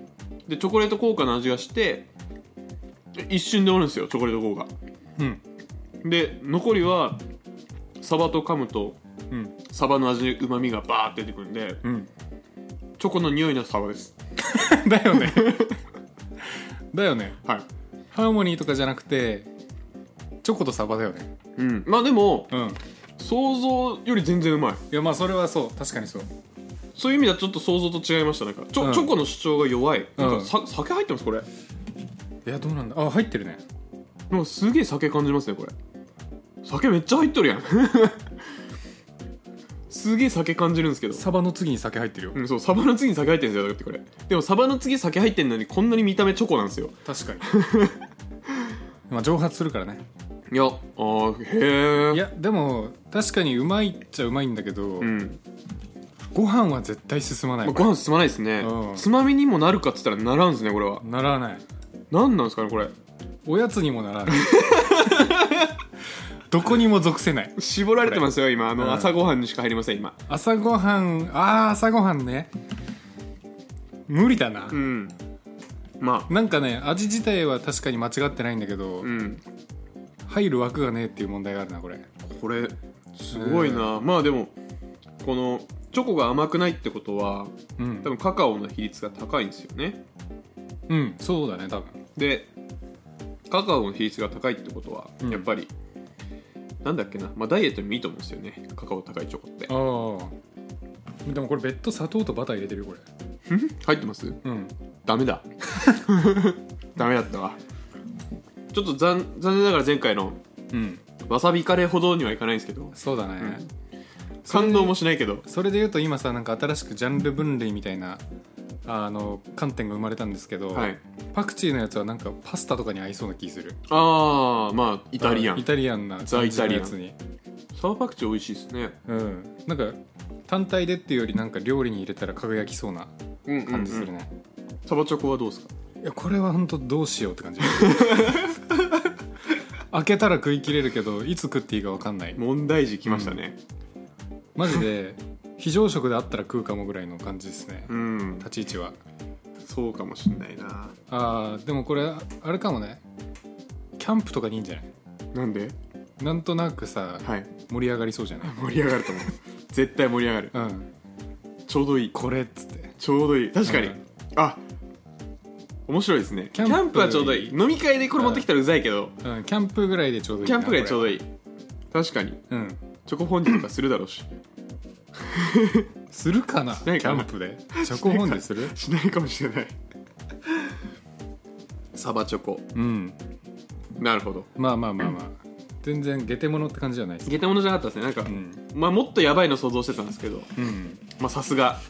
Speaker 1: でチョコレート効果の味がして一瞬で終わるんですよチョコレート効果
Speaker 2: うん
Speaker 1: で残りはサバと噛むと
Speaker 2: うん
Speaker 1: サバの味うまみがバーって出てくるんで
Speaker 2: うん
Speaker 1: チョコの匂いのサバです
Speaker 2: だよね だよね
Speaker 1: はい
Speaker 2: ハーモニーとかじゃなくてチョコとサバだよね
Speaker 1: うんまあでも
Speaker 2: うんい
Speaker 1: 想像より全然うまい
Speaker 2: やまあそれはそう確かにそう
Speaker 1: そういう意味ではちょっと想像と違いましたなんかチョ,、
Speaker 2: うん
Speaker 1: チョコの主張が弱いなん
Speaker 2: う
Speaker 1: か
Speaker 2: ん
Speaker 1: さ酒入ってますこれ
Speaker 2: いやどうなんだあ入ってるね
Speaker 1: なんかすげえ酒感じますねこれ酒めっちゃ入っとるやん すげえ酒感じるんですけど
Speaker 2: サバの次に酒入ってるよ、
Speaker 1: うん、そうサバの次に酒入ってるんですよだってこれでもサバの次酒入ってんのにこんなに見た目チョコなんですよ
Speaker 2: 確かに まあ蒸発するからね
Speaker 1: いやあーへえ
Speaker 2: いやでも確かにうまいっちゃうまいんだけど、
Speaker 1: うん、
Speaker 2: ご飯は絶対進まな
Speaker 1: ま
Speaker 2: い、
Speaker 1: あ、ご飯進まないですね、
Speaker 2: うん
Speaker 1: つまみにもなるかっつったらならんですねこれは
Speaker 2: ならない
Speaker 1: 何なんですかねこれ
Speaker 2: おやつにもならない どこにも属せない
Speaker 1: 絞られてますよ今あ
Speaker 2: うん
Speaker 1: の朝ごはんにしか入りません今
Speaker 2: 朝ごはんあー朝ごはんね無理だな、
Speaker 1: うんまあ
Speaker 2: なんかね味自体は確かに間違ってないんだけど、
Speaker 1: うん
Speaker 2: 入る枠がねえっていう問題があるなこれ
Speaker 1: これすごいな、まあでもこのチョコが甘くないってことは
Speaker 2: うん
Speaker 1: 多分カカオの比率が高いんですよね
Speaker 2: うんそうだね多分
Speaker 1: でカカオの比率が高いってことは、
Speaker 2: うん
Speaker 1: やっぱりなんだっけな、まあ、ダイエットにもいいと思うんですよねカカオ高いチョコって
Speaker 2: ああでもこれ別途砂糖とバター入れてるよこれ
Speaker 1: 入ってます
Speaker 2: うん
Speaker 1: ダメ だダメだったわちょっと残残念ながら前回の
Speaker 2: うん
Speaker 1: わさびカレーほどにはいかないんですけど
Speaker 2: そうだね、
Speaker 1: 感動もしないけど
Speaker 2: それで言うと今さなんか新しくジャンル分類みたいなあの観点が生まれたんですけど、
Speaker 1: はい
Speaker 2: パクチーのやつはなんかパスタとかに合いそうな気する
Speaker 1: ああまあイタリア
Speaker 2: イ
Speaker 1: ン
Speaker 2: タリアンな
Speaker 1: ザイタリアン
Speaker 2: 感じのやつに
Speaker 1: サワーパクチー美味しいですね
Speaker 2: うんなんか単体でっていうよりなんか料理に入れたら輝きそうな感じするね、
Speaker 1: サバチョコはどうですか
Speaker 2: いやこれは本当どうしようって 感じ開けたら食い切れるけどいつ食っていいか分かんない
Speaker 1: 問題児来ましたね
Speaker 2: マジで非常食であったら食うかもぐらいの感じですね
Speaker 1: うん、
Speaker 2: 立ち位置は
Speaker 1: そうかもしんないな
Speaker 2: あーでもこれあれかもねキャンプとかにいいんじゃない
Speaker 1: なんで
Speaker 2: なんとなくさ
Speaker 1: はい
Speaker 2: 盛り上がりそうじゃない
Speaker 1: 盛り上がる と思う絶対盛り上がる
Speaker 2: うん
Speaker 1: ちょうどいい
Speaker 2: これっつって
Speaker 1: ちょうどいい確かに、
Speaker 2: うん
Speaker 1: あ面白いですねキ
Speaker 2: キャ
Speaker 1: ャ
Speaker 2: ンプ
Speaker 1: ンプはちょうどいい飲み会でこれ持ってきたらうざいけど、
Speaker 2: うんキャンプぐらいでちょうどいい
Speaker 1: キャンプがちょうど
Speaker 2: いい
Speaker 1: いい確かに
Speaker 2: うん
Speaker 1: チョコフォンデュとかするだろうし
Speaker 2: するかな
Speaker 1: ない
Speaker 2: キ
Speaker 1: か
Speaker 2: ャ
Speaker 1: な
Speaker 2: ンプでチョコフォンデする
Speaker 1: しないかもしれないサバチョコ
Speaker 2: うん
Speaker 1: なるほど
Speaker 2: まあまあまあまあ全然ゲテモノって感じじゃないです
Speaker 1: 下手者じゃなかったですねなんか、
Speaker 2: うん
Speaker 1: まあ、もっとやばいの想像してたんですけど
Speaker 2: うん
Speaker 1: まあさすが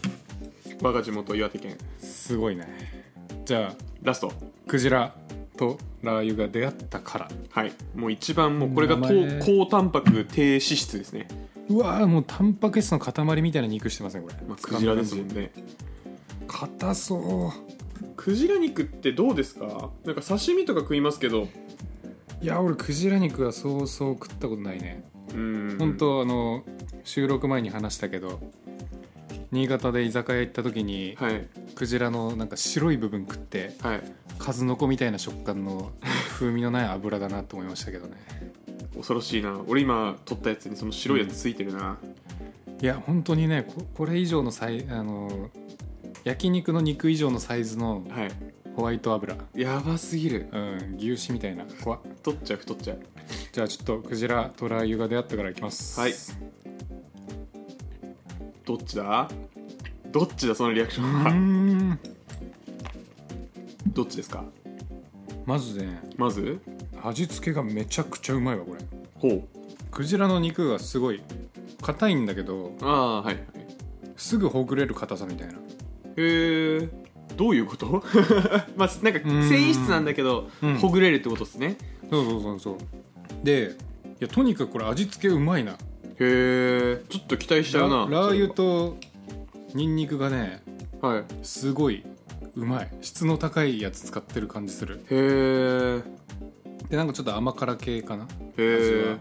Speaker 1: 我が地元岩手県
Speaker 2: すごいねじゃあ
Speaker 1: ラスト
Speaker 2: クジラとラー油が出会ったから
Speaker 1: はいもう一番もうこれが
Speaker 2: 名
Speaker 1: 糖
Speaker 2: 前
Speaker 1: 高タンパク低脂質ですね、
Speaker 2: うわーもうタンパク質の塊みたいな肉してますねこれ、
Speaker 1: まあ、クジラですもんね
Speaker 2: 硬そ
Speaker 1: クジラ肉ってどうですかなんか刺身とか食いますけど
Speaker 2: ういや俺クジラ肉はそうそう食ったことないね、
Speaker 1: うん
Speaker 2: 本当あの収録前に話したけど新潟で居酒屋行った時に、
Speaker 1: はい
Speaker 2: クジラのなんか白い部分食って
Speaker 1: はい
Speaker 2: 数の子みたいな食感の風味のない油だなと思いましたけどね
Speaker 1: 恐ろしいな俺今取ったやつにその白いやつついてるな、
Speaker 2: いや本当にねここれ以上のサイあの焼肉の肉以上のサイズの
Speaker 1: はい
Speaker 2: ホワイト油
Speaker 1: やばすぎる
Speaker 2: うん牛脂みたいな怖っ
Speaker 1: 取っちゃう太っちゃう
Speaker 2: じゃあちょっとクジラとラー油が出会ったからいきます
Speaker 1: はいどっちだどっちだそのリアクション
Speaker 2: うー
Speaker 1: は
Speaker 2: ん
Speaker 1: どっちですか
Speaker 2: まずね
Speaker 1: まず
Speaker 2: 味付けがめちゃくちゃうまいわこれ
Speaker 1: ほう
Speaker 2: クジラの肉がすごい硬いんだけど
Speaker 1: ああはいはい
Speaker 2: すぐほぐれる硬さみたいな
Speaker 1: へえどういうこと まあなんか繊維質なんだけど
Speaker 2: うん
Speaker 1: ほぐれるってことですね
Speaker 2: そうそうそうそうでいやとにかくこれ味付けうまいな
Speaker 1: へえちょっと期待しちゃうな
Speaker 2: ララー油とニンニクがね
Speaker 1: はいへ
Speaker 2: すごいうまい質の高いやつ使ってる感じする
Speaker 1: え
Speaker 2: でなんかちょっと甘辛系かな
Speaker 1: へえ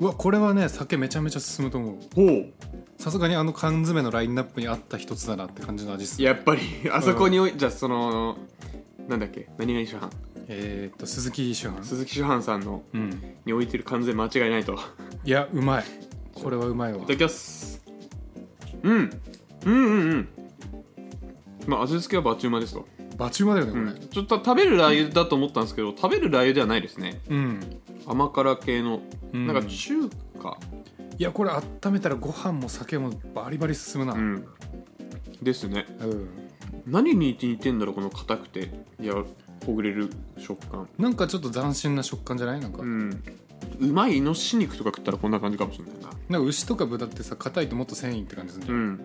Speaker 2: うわこれはね酒めちゃめちゃ進むと思う
Speaker 1: ほう
Speaker 2: さすがにあの缶詰のラインナップに合った一つだなって感じの味っす
Speaker 1: やっぱりあそこにおいじゃあそのなんだっけ何々主犯
Speaker 2: えーっと鈴木酒飯
Speaker 1: 鈴木主犯さんの
Speaker 2: うん
Speaker 1: に置いてる完全間違いないとい
Speaker 2: いやうまいこれはうまいわ
Speaker 1: ただきます、うん、うんうんうんまあ味付けはバチうまですと、
Speaker 2: バチうまだよねこ
Speaker 1: う
Speaker 2: れ
Speaker 1: ん、ちょっと食べるラー油だと思ったんですけど食べるラー油ではないですね
Speaker 2: うん、
Speaker 1: 甘辛系の
Speaker 2: うん
Speaker 1: なんか中華、
Speaker 2: いやこれ温めたらご飯も酒もバリバリ進むな
Speaker 1: うんですね
Speaker 2: うん、
Speaker 1: 何に似てんだろうこの硬くていやほぐれる食感
Speaker 2: なんかちょっと斬新な食感じゃないなんか、
Speaker 1: うんうまいイノシシ肉とか食ったらこんな感じかもしれないな
Speaker 2: なんか牛とか豚ってさ硬いともっと繊維って感じする
Speaker 1: う
Speaker 2: じ
Speaker 1: ん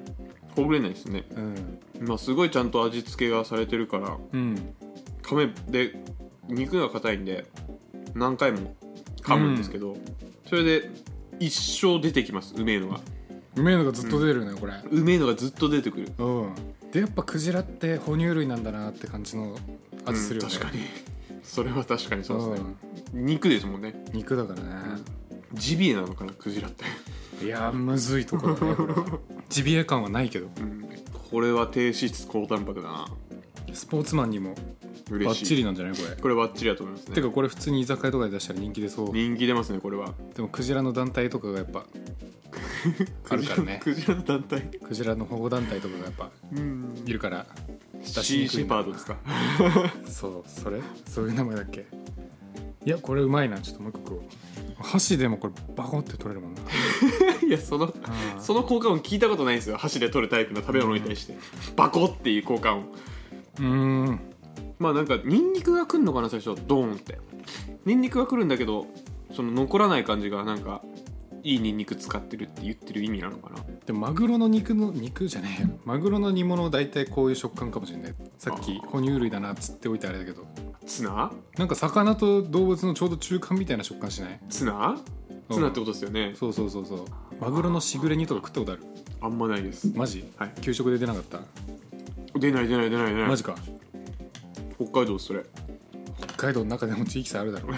Speaker 1: ほぐれないですね
Speaker 2: ゃんうん
Speaker 1: まあすごいちゃんと味付けがされてるから
Speaker 2: うん
Speaker 1: 噛めで肉が硬いんで何回も噛むんですけど、それで一生出てきますうめえのが
Speaker 2: うめえのがずっと出るよね、これ
Speaker 1: うめえのがずっと出てくる
Speaker 2: うんでやっぱクジラって哺乳類なんだなって感じの味するよね、
Speaker 1: うん確かにそれは確かにそうですね、
Speaker 2: ん
Speaker 1: 肉ですもんね
Speaker 2: 肉だからね、
Speaker 1: ジビエなのかなクジラって、
Speaker 2: いやーむずいところだねこ れはジビエ感はないけど
Speaker 1: うん、これは低脂質高タンパクだな
Speaker 2: スポーツマンにもバ
Speaker 1: 嬉
Speaker 2: ッ
Speaker 1: しい
Speaker 2: チリなんじゃないこれ
Speaker 1: これバッチリだと思いますね
Speaker 2: てかこれ普通に居酒屋とかで出したら人気出そう
Speaker 1: 人気出ますねこれは
Speaker 2: でもクジラの団体とかがや っぱあるからね
Speaker 1: クジラの 団体
Speaker 2: クジラの保護団体とかがやっぱ
Speaker 1: うん
Speaker 2: いるから
Speaker 1: シ
Speaker 2: し
Speaker 1: ー
Speaker 2: にくいな
Speaker 1: シェパード ですか
Speaker 2: そうそれそういう名前だっけいやこれうまいなちょっともう一個食おう箸でもこれバコって取れるもんな
Speaker 1: いやその
Speaker 2: あー
Speaker 1: その効果音聞いたことないんですよ箸で取るタイプの食べ物に対して、バコっていう効果音
Speaker 2: うーん
Speaker 1: まあなんかニンニクが来るのかな最初ドーンってニンニクが来るんだけどその残らない感じがなんかいいニンニク使ってるって言ってる意味なのかな
Speaker 2: でもマグロの肉の肉じゃねえよマグロの煮物大体こういう食感かもしれないさっき
Speaker 1: あー
Speaker 2: 哺乳類だなっつっておいてあれだけど
Speaker 1: ツナ
Speaker 2: なんか魚と動物のちょうど中間みたいな食感しない
Speaker 1: ツナツナってことですよね
Speaker 2: そうそうそうそうマグロのしぐれ煮とか食ったことある
Speaker 1: あんまないです
Speaker 2: マジ、
Speaker 1: はい
Speaker 2: 給食で出なかった、
Speaker 1: 出ない出ない出ない出ない
Speaker 2: マジか
Speaker 1: 北海道ですそれ
Speaker 2: 北海道の中でも地域差ある だろう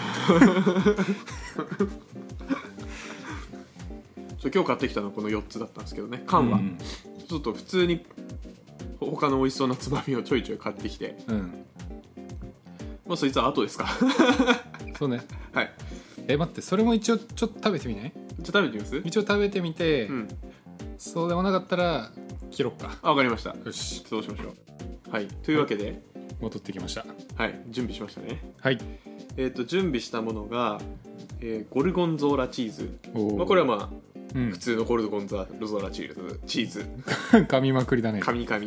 Speaker 1: そう今日買ってきたのはこの4つだったんですけどね缶は、
Speaker 2: うん
Speaker 1: ちょっと普通に他の美味しそうなつまみをちょいちょい買ってきて
Speaker 2: うん
Speaker 1: まあそいつは後ですか
Speaker 2: そうね
Speaker 1: はい
Speaker 2: え待ってそれも一応ちょっと食べてみない
Speaker 1: っと食べてみます
Speaker 2: 一応食べてみて、
Speaker 1: うん
Speaker 2: そうでもなかったら切ろっか
Speaker 1: あわかりました
Speaker 2: よし
Speaker 1: そうしましょうはいというわけで、
Speaker 2: 戻ってきました
Speaker 1: はい、準備しましたね
Speaker 2: はい
Speaker 1: えっ、と準備したものが、えーゴルゴンゾーラチーズ、
Speaker 2: おー
Speaker 1: まあ、これはまあ
Speaker 2: うん
Speaker 1: 普通のゴルゴンゾーラチーズチーズ
Speaker 2: 噛みまくりだね
Speaker 1: 神々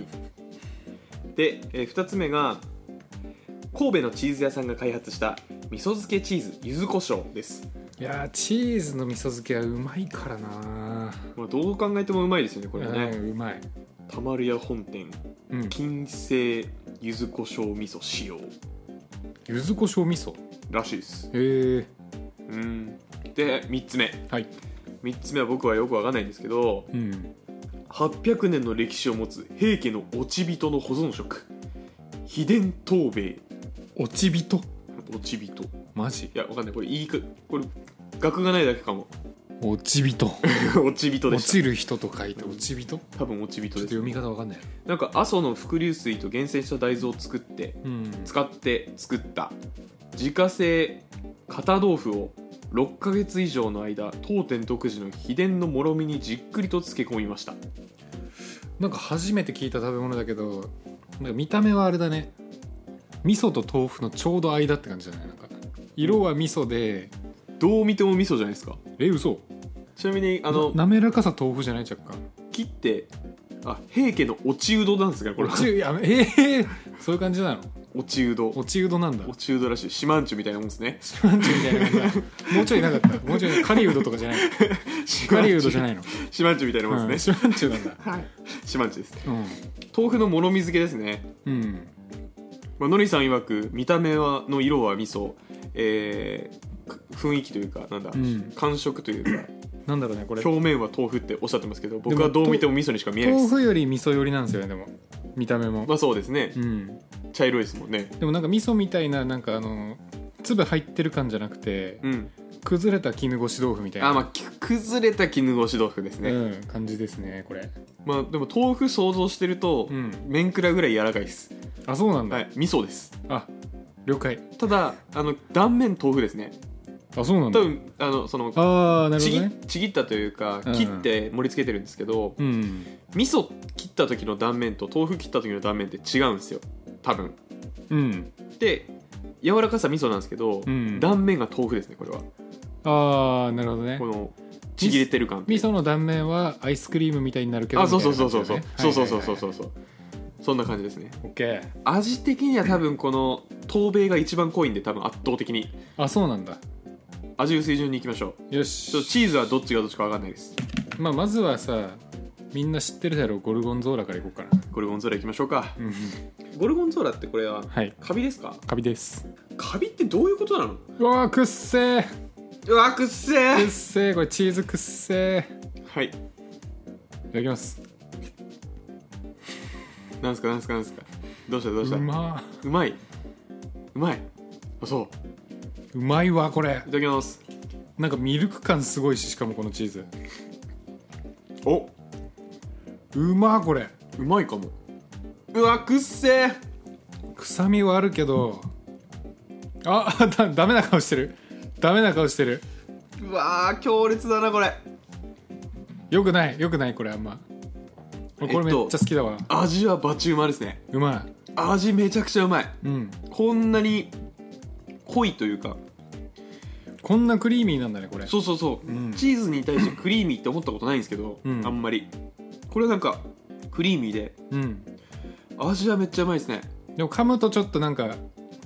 Speaker 1: で、え2つ目が神戸のチーズ屋さんが開発した味噌漬けチーズ柚子胡椒です、
Speaker 2: いやーチーズの味噌漬けはうまいからな
Speaker 1: まあ、どう考えてもうまいですよねこれね、
Speaker 2: うんうまい、
Speaker 1: たまるや本店
Speaker 2: うん、
Speaker 1: 金製柚子胡椒味噌使用
Speaker 2: 柚子胡椒味噌
Speaker 1: らしいです
Speaker 2: へえ
Speaker 1: うんで3つ目
Speaker 2: はい
Speaker 1: 3つ目は僕はよくわかんないんですけど
Speaker 2: うん
Speaker 1: 800年の歴史を持つ平家の落ち人の保存食秘伝東米
Speaker 2: 落ち人
Speaker 1: 落ち人い
Speaker 2: マジ
Speaker 1: やわかんないこれいいかこれ額がないだけかも
Speaker 2: 落ち人
Speaker 1: 落ち人で
Speaker 2: 落
Speaker 1: し
Speaker 2: ちる人と書いて落ち人ちょっ
Speaker 1: た多分落ち人
Speaker 2: と
Speaker 1: です
Speaker 2: 読み方わかんない
Speaker 1: なんか阿蘇の伏流水と厳選した大豆を作って
Speaker 2: うん
Speaker 1: 使って作った自家製片豆腐を6ヶ月以上の間当店独自の秘伝のもろみにじっくりと漬け込みました
Speaker 2: なんか初めて聞いた食べ物だけどなんか見た目はあれだね味噌と豆腐のちょうど間って感じじゃないなんか色は味噌で
Speaker 1: どう見ても味噌じゃないですか
Speaker 2: え嘘
Speaker 1: ちなみにあ
Speaker 2: あ
Speaker 1: の
Speaker 2: 滑らかさ豆腐じゃない若干
Speaker 1: 切ってあ平家の落ちうどなんですかねこれ
Speaker 2: 落ちいやええそういう感じなの
Speaker 1: 落ちうど
Speaker 2: 落ちうどなんだ
Speaker 1: 落ちうどらしい島んちゅみたいなもんですね
Speaker 2: シマンチュみたいな感じだもうちょいなかったもうちょいカリウドとかじゃないのカリウドじゃないの
Speaker 1: 島んちゅみたいなもん
Speaker 2: うん
Speaker 1: です
Speaker 2: シ
Speaker 1: ね、
Speaker 2: マンチュなんだ
Speaker 1: はい島んちゅです
Speaker 2: うん
Speaker 1: 豆腐のもろみ漬けですね
Speaker 2: うん
Speaker 1: まあのりさん曰く見た目はの色は味噌、えーく雰囲気というかなんだ、
Speaker 2: うん
Speaker 1: 感触というか
Speaker 2: なんだろうねこれ
Speaker 1: 表面は豆腐っておっしゃってますけど僕
Speaker 2: で
Speaker 1: は
Speaker 2: も
Speaker 1: どう見ても味噌にしか見えないで
Speaker 2: 豆
Speaker 1: す
Speaker 2: 腐より味噌寄りなんですよねでも見た目も
Speaker 1: まあそうですね
Speaker 2: うん
Speaker 1: 茶色いですもんね
Speaker 2: でもなんか味噌みたいななんかあの粒入ってる感じゃなくて、
Speaker 1: うん
Speaker 2: 崩れた絹ごし豆腐みたいな
Speaker 1: あまあき崩れた絹ごし豆腐ですね、
Speaker 2: うん、感じですねこれ
Speaker 1: まあでも豆腐想像してると、
Speaker 2: うん
Speaker 1: 麺くらいぐらい柔らかいです、
Speaker 2: あそうなんだ、
Speaker 1: はい、味噌です
Speaker 2: あ了解
Speaker 1: ただあの断面豆腐ですね
Speaker 2: あそうなん
Speaker 1: 多
Speaker 2: だ
Speaker 1: 分あのその
Speaker 2: ああなる
Speaker 1: ち
Speaker 2: ほど
Speaker 1: ぎ
Speaker 2: ね
Speaker 1: ちぎったというか
Speaker 2: うん
Speaker 1: 切って盛り付けてるんですけど、
Speaker 2: うん
Speaker 1: 味噌切った時の断面と豆腐切った時の断面って違うんですよ多分
Speaker 2: うん
Speaker 1: で柔らかさ味噌なんですけど、
Speaker 2: うん
Speaker 1: 断面が豆腐ですねこれは
Speaker 2: ああなるほどね
Speaker 1: このちぎれてる感
Speaker 2: 味噌の断面はアイスクリームみたいになるけど
Speaker 1: あそうそうそうそうそう、そうそうそうそう
Speaker 2: う
Speaker 1: そうそうそんな感じですね
Speaker 2: オッケー
Speaker 1: 味的には多分この東米が一番濃いんで多分圧倒的に
Speaker 2: あそうなんだ
Speaker 1: 味薄い順にいきましょう
Speaker 2: よ
Speaker 1: ちょっと
Speaker 2: し、
Speaker 1: チーズはどっちがどっちか分かんないです
Speaker 2: まあ、まずはさみんな知ってるだろうゴルゴンゾーラからいこうかな
Speaker 1: ゴルゴンゾーラいきましょうか
Speaker 2: うん
Speaker 1: ゴルゴンゾーラってこれは
Speaker 2: はい
Speaker 1: カビですか
Speaker 2: カビです
Speaker 1: カビってどういうことなの
Speaker 2: うわーくっせー
Speaker 1: うわくっせ
Speaker 2: くっ
Speaker 1: ー
Speaker 2: せーこれチーズくっせーい
Speaker 1: はい
Speaker 2: ただきます
Speaker 1: なんすかなんすかなんすかどうしたどうした
Speaker 2: うま
Speaker 1: うまいうまいあそう
Speaker 2: ーうまいわこれ
Speaker 1: いただきます
Speaker 2: なんかミルク感すごいししかもこのチーズ
Speaker 1: お
Speaker 2: うまーこれ
Speaker 1: うまいかもうわくっせー
Speaker 2: 臭みはあるけどあ だダメな顔してるダメな顔してる
Speaker 1: うわー強烈だなこれ
Speaker 2: よくないよくないこれあんまこれめっちゃ好きだわ、
Speaker 1: 味はバチうまですね
Speaker 2: うま
Speaker 1: 味めちゃくちゃうまい
Speaker 2: いうん
Speaker 1: こんなに濃いというか
Speaker 2: こんなクリーミーなんだねこれ
Speaker 1: そうそうそう、
Speaker 2: うん
Speaker 1: チーズに対してクリーミーって思ったことないんですけど、
Speaker 2: うん
Speaker 1: あんまりこれはなんかクリーミーで
Speaker 2: うん
Speaker 1: 味はめっちゃうまいですね
Speaker 2: でも噛むとちょっとなんか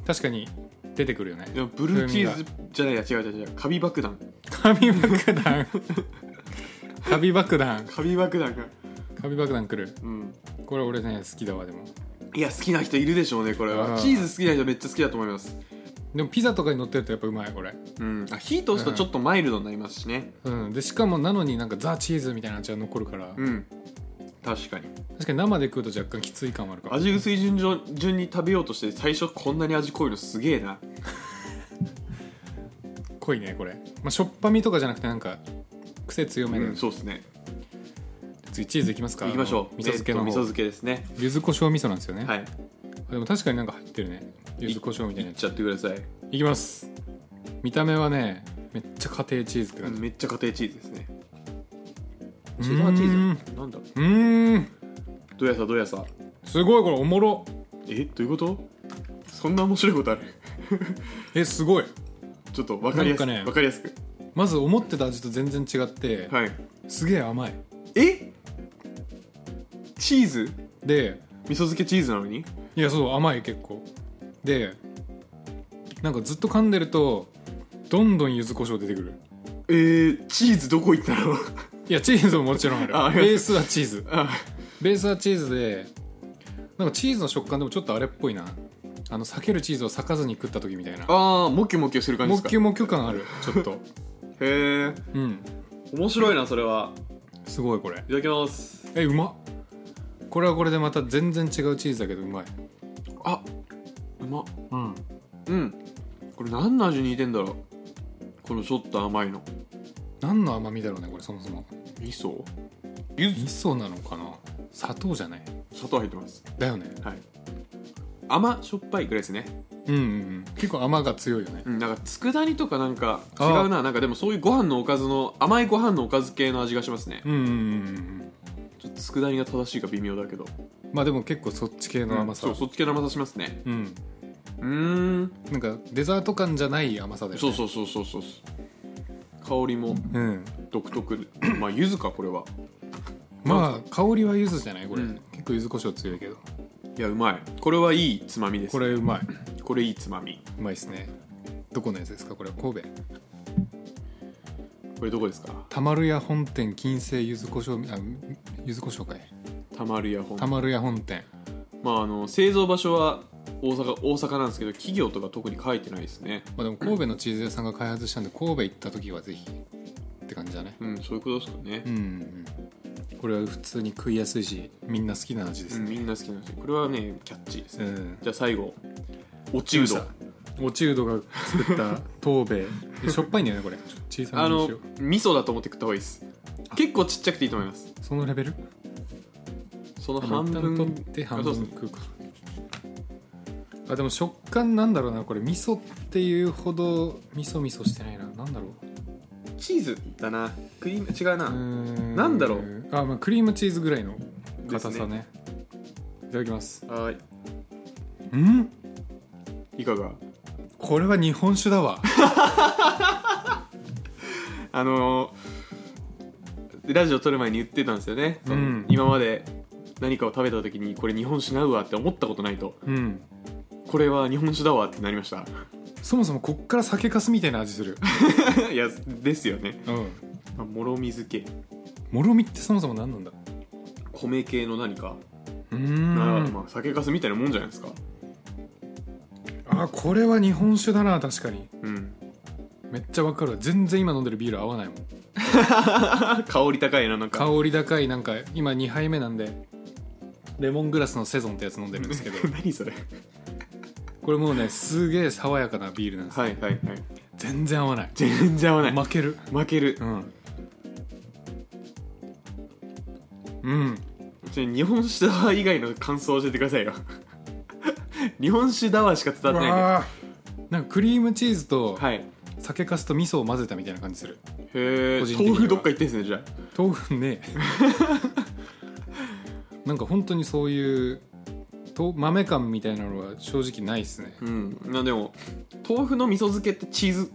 Speaker 2: 確かに出てくるよね
Speaker 1: いやブルーチーズじゃないや違う違う違うカビ爆弾
Speaker 2: カビ爆弾カビ爆弾
Speaker 1: カビ爆弾が
Speaker 2: カビ爆弾来る
Speaker 1: うん
Speaker 2: これ俺ね好きだわでも
Speaker 1: いや好きな人いるでしょうねこれ
Speaker 2: あ
Speaker 1: は
Speaker 2: ー
Speaker 1: チーズ好きな人めっちゃ好きだと思います
Speaker 2: でもピザとかに乗ってるとやっぱうまいこれ
Speaker 1: うんあ火通すとちょっとマイルドになりますしね
Speaker 2: うんでしかもなのになんかザ・チーズみたいな味は残るから、
Speaker 1: うん、確かに
Speaker 2: 確かに生で食うと若干きつい感はあるかも
Speaker 1: 味薄い順序順に食べようとして最初こんなに味濃いのすげえな
Speaker 2: 濃いねこれ、まあ、しょっぱみとかじゃなくてなんか癖強め
Speaker 1: う
Speaker 2: で、
Speaker 1: んそうですね
Speaker 2: 次チーズいきますか
Speaker 1: いきましょ
Speaker 2: あ
Speaker 1: う
Speaker 2: の味噌漬けの
Speaker 1: えっと味噌
Speaker 2: 方、
Speaker 1: 漬けですね
Speaker 2: 柚子胡椒味噌なんですよね、
Speaker 1: はい
Speaker 2: あでも確かになんか入ってるね柚子胡椒みたいないや
Speaker 1: っ
Speaker 2: つ
Speaker 1: ちゃってください
Speaker 2: いきます見た目はねめっちゃ家庭チーズって感じ
Speaker 1: めっちゃ家庭チーズですね
Speaker 2: う
Speaker 1: チ
Speaker 2: ん
Speaker 1: ェダーチーズなんだ
Speaker 2: うーん
Speaker 1: どやさどやさ
Speaker 2: すごいこれおもろ
Speaker 1: えどういうことそんな面白いことある
Speaker 2: えすごい
Speaker 1: ちょっと分かりやすく、
Speaker 2: なんかね
Speaker 1: 分かりやすく
Speaker 2: まず思ってた味と全然違って、
Speaker 1: はい
Speaker 2: すげえ甘い
Speaker 1: えチーズ
Speaker 2: で
Speaker 1: 味噌漬けチーズなのに
Speaker 2: いやそう甘い結構でなんかずっと噛んでるとどんどん柚子胡椒出てくる
Speaker 1: えー、チーズどこ行ったの
Speaker 2: いやチーズももちろん
Speaker 1: あ
Speaker 2: あ
Speaker 1: ありが
Speaker 2: るベ
Speaker 1: とう
Speaker 2: ースはチーズ
Speaker 1: あ
Speaker 2: ベースはチーズでなんかチーズの食感でもちょっとあれっぽいなあの裂けるチーズを裂かずに食った時みたいな
Speaker 1: あーモキモキしてる感じ
Speaker 2: も
Speaker 1: で
Speaker 2: っ
Speaker 1: すか
Speaker 2: きゅもきゅ感あるちょっと
Speaker 1: へえ
Speaker 2: うん
Speaker 1: 面白いなそれは
Speaker 2: すごいこれ
Speaker 1: いただきます
Speaker 2: えうまっこれはこれでまた全然違うチーズだけどうまい
Speaker 1: あうまっ
Speaker 2: うん
Speaker 1: うんこれ何の味に似てんだろうこのちょっと甘いの
Speaker 2: 何の甘みだろうねこれそもそも
Speaker 1: 味噌
Speaker 2: 味噌なのかな砂糖じゃない
Speaker 1: 砂糖入ってます
Speaker 2: だよね
Speaker 1: はい甘しょっぱいぐらいですね
Speaker 2: うんうんうん結構甘が強いよね
Speaker 1: うんなんか佃煮とかなんか違
Speaker 2: あー
Speaker 1: うななんかでもそういうご飯のおかずの甘いご飯のおかず系の味がしますね
Speaker 2: うんうんうんうん
Speaker 1: ちょっと佃煮が正しいか微妙だけど
Speaker 2: まあでも結構そっち系の甘さ
Speaker 1: そうそっち系の甘さしますね
Speaker 2: うん
Speaker 1: うーん
Speaker 2: なんかデザート感じゃない甘さだよね
Speaker 1: そうそうそうそうそう香りも
Speaker 2: うん
Speaker 1: 独特 まあ柚子かこれは
Speaker 2: まあ香りは柚子じゃないこれ、
Speaker 1: うん
Speaker 2: 結構柚子胡椒強いけど
Speaker 1: いやうまいこれはいいつまみです
Speaker 2: これうまい
Speaker 1: これいいつまみ
Speaker 2: うまいですねどこのやつですかこれは神戸
Speaker 1: これどこですか
Speaker 2: たまるや本店金星柚子胡椒あ柚子胡椒かい
Speaker 1: たまるや本
Speaker 2: たまるや本店
Speaker 1: まああの製造場所は大阪大阪なんですけど企業とか特に書いてないですね
Speaker 2: まあでも神戸のチーズ屋さんが開発したんで神戸行った時はぜひって感じだね
Speaker 1: うんそういうことですかね
Speaker 2: う、んうんこれは普通に食いやすいしみんな好きな味で
Speaker 1: う
Speaker 2: す
Speaker 1: ん
Speaker 2: ね
Speaker 1: みんな好きなんですよこれはねキャッチーです
Speaker 2: う
Speaker 1: ね、
Speaker 2: ん
Speaker 1: じゃあ最後おちうどん
Speaker 2: お中度が作った東米でしょっぱいんだよねこれちょっと小さ
Speaker 1: あ
Speaker 2: な
Speaker 1: の
Speaker 2: 味を
Speaker 1: 味噌だと思って食った方がいいです結構ちっちゃくていいと思います
Speaker 2: そのレベル
Speaker 1: その
Speaker 2: でも
Speaker 1: 半
Speaker 2: 一旦
Speaker 1: 分
Speaker 2: 取って半
Speaker 1: あ
Speaker 2: 分
Speaker 1: そう
Speaker 2: 食うかあでも食感なんだろうなこれ味噌っていうほど味噌味噌してないななんだろう
Speaker 1: チーズだなクリーム違うな、
Speaker 2: うーん
Speaker 1: なんだろ
Speaker 2: あまあクリームチーズぐらいの硬
Speaker 1: です
Speaker 2: さねいただきます
Speaker 1: はー
Speaker 2: うん
Speaker 1: いいかが
Speaker 2: これは日本酒だわ
Speaker 1: あのーラジオ撮る前に言ってたんですよね、その
Speaker 2: うん
Speaker 1: 今まで何かを食べた時にこれ日本酒なうわって思ったことないと
Speaker 2: うん
Speaker 1: これは日本酒だわってなりました
Speaker 2: そもそもこっから酒粕みたいな味する
Speaker 1: いやですよね、
Speaker 2: うん
Speaker 1: まあもろみ漬け
Speaker 2: もろみってそもそも何なんだ
Speaker 1: 米系の何か、
Speaker 2: うー
Speaker 1: まあ
Speaker 2: ん
Speaker 1: まあ、酒粕みたいなもんじゃないですか
Speaker 2: あこれは日本酒だな確かに
Speaker 1: うん
Speaker 2: めっちゃわかるわ全然今飲んでるビール合わないもん
Speaker 1: 香り高いななんか
Speaker 2: 香り高いなんか今2杯目なんでレモングラスのセゾンってやつ飲んでるんですけ ど
Speaker 1: 何それ
Speaker 2: これもうねすげえ爽やかなビールなんです
Speaker 1: はい はいはい
Speaker 2: 全然合わない
Speaker 1: 全然合わない、
Speaker 2: 負ける
Speaker 1: 負ける
Speaker 2: うんうん
Speaker 1: ちょ日本酒だわ以外の感想を教えてくださいよ 日本酒だわしか伝わってないん
Speaker 2: わあなんかクリームチーズと
Speaker 1: ではい
Speaker 2: 酒粕と味噌を混ぜたみたいな感じする
Speaker 1: へえ
Speaker 2: 個人的には
Speaker 1: 豆腐どっか行ってんすねじゃ
Speaker 2: 豆腐 ねなんか本当にそういうと豆感みたいなのは正直ないっすね
Speaker 1: あうんなでも豆腐の味噌漬けってチーズ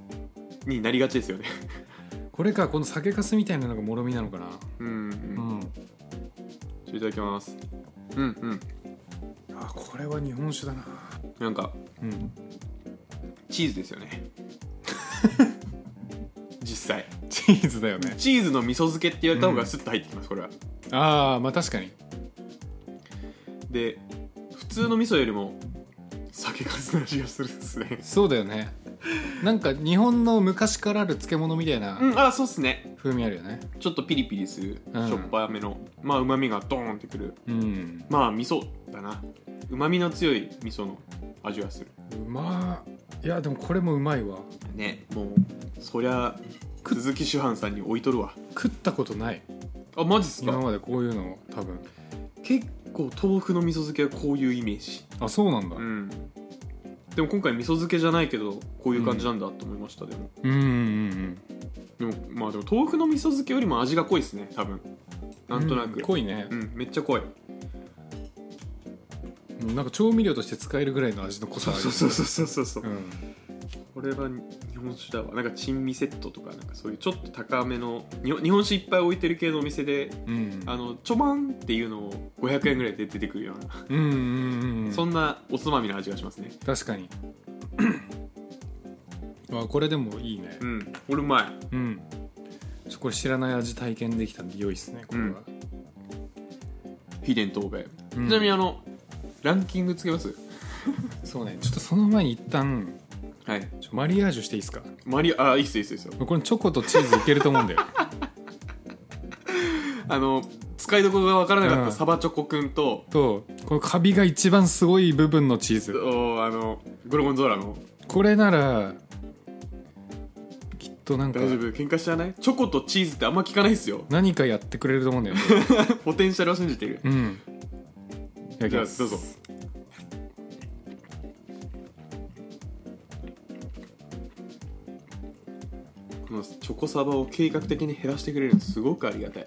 Speaker 1: になりがちですよね
Speaker 2: これかこの酒粕みたいなのがもろみなのかな
Speaker 1: うん、うん、
Speaker 2: ん
Speaker 1: ちょいただきますうんうん
Speaker 2: あこれは日本酒だな
Speaker 1: なんか
Speaker 2: うん
Speaker 1: チーズですよね 実際
Speaker 2: チーズだよね
Speaker 1: チーズの味噌漬けって言われた方
Speaker 2: う
Speaker 1: が
Speaker 2: ん
Speaker 1: スッと入ってきますこれは
Speaker 2: ああまあ確かに
Speaker 1: で普通の味噌よりも酒かすの味がするっすね
Speaker 2: そうだよねなんか日本の昔からある漬物みたいな
Speaker 1: うんあそうっすね
Speaker 2: 風味あるよね
Speaker 1: ちょっとピリピリする、
Speaker 2: うん
Speaker 1: しょっぱめのまあうまみがドーンってくる
Speaker 2: うん
Speaker 1: まあ味噌だなうまみの強い味噌の味はする
Speaker 2: うまいやでもこれもうまいわ
Speaker 1: ねもうそりゃ鈴木主犯さんに置いとるわ
Speaker 2: 食ったことない
Speaker 1: あマジっす
Speaker 2: 今
Speaker 1: か
Speaker 2: までこういうの多分
Speaker 1: 結構豆腐の味噌漬けはこういうイメージ
Speaker 2: あそうなんだ、
Speaker 1: うんでも今回味噌漬けじゃないけどこういう感じなんだと思いました、でも
Speaker 2: うんうんうん
Speaker 1: でもまあでも豆腐の味噌漬けよりも味が濃いですね多分なんとなく、
Speaker 2: うん濃いね
Speaker 1: う、んめっちゃ濃い
Speaker 2: うんなんか調味料として使えるぐらいの味の濃
Speaker 1: そ
Speaker 2: さ
Speaker 1: う
Speaker 2: ある
Speaker 1: そうそうそうそうそう、
Speaker 2: うん
Speaker 1: これは日本酒だわなんか珍味セットとかなんかそういうちょっと高めのに日本酒いっぱい置いてる系のお店で
Speaker 2: うん
Speaker 1: あのちょばんっていうのを500円ぐらいで出てくるような、
Speaker 2: うんうんうんうん
Speaker 1: そんなおつまみの味がしますね
Speaker 2: 確かに あこれでもいいね
Speaker 1: うんこれうまい
Speaker 2: うんちょこれ知らない味体験できたんで良いですねこれは、
Speaker 1: 秘伝東米、
Speaker 2: うん
Speaker 1: ちなみにあのランキングつけます
Speaker 2: そうねちょっとその前に一旦
Speaker 1: はい
Speaker 2: ちょマリアージュしていいですか
Speaker 1: マリアあいいっすよいいっすよいいっすよ
Speaker 2: これチョコとチーズいけると思う んだよ
Speaker 1: あの使いどころが分からなかっ
Speaker 2: うん
Speaker 1: たサバチョコくんと、
Speaker 2: とこのカビが一番すごい部分のチーズ
Speaker 1: おあのゴルゴンゾーラの
Speaker 2: これならきっとなんか
Speaker 1: 大丈夫喧嘩しちゃわないチョコとチーズってあんま聞かないっすよ
Speaker 2: 何かやってくれると思うんだよね
Speaker 1: ポテンシャルを信じてる
Speaker 2: うんいただき
Speaker 1: じゃあど
Speaker 2: ま
Speaker 1: う
Speaker 2: す
Speaker 1: ぞこのチョコサバを計画的に減らしてくれるのすごくありがたい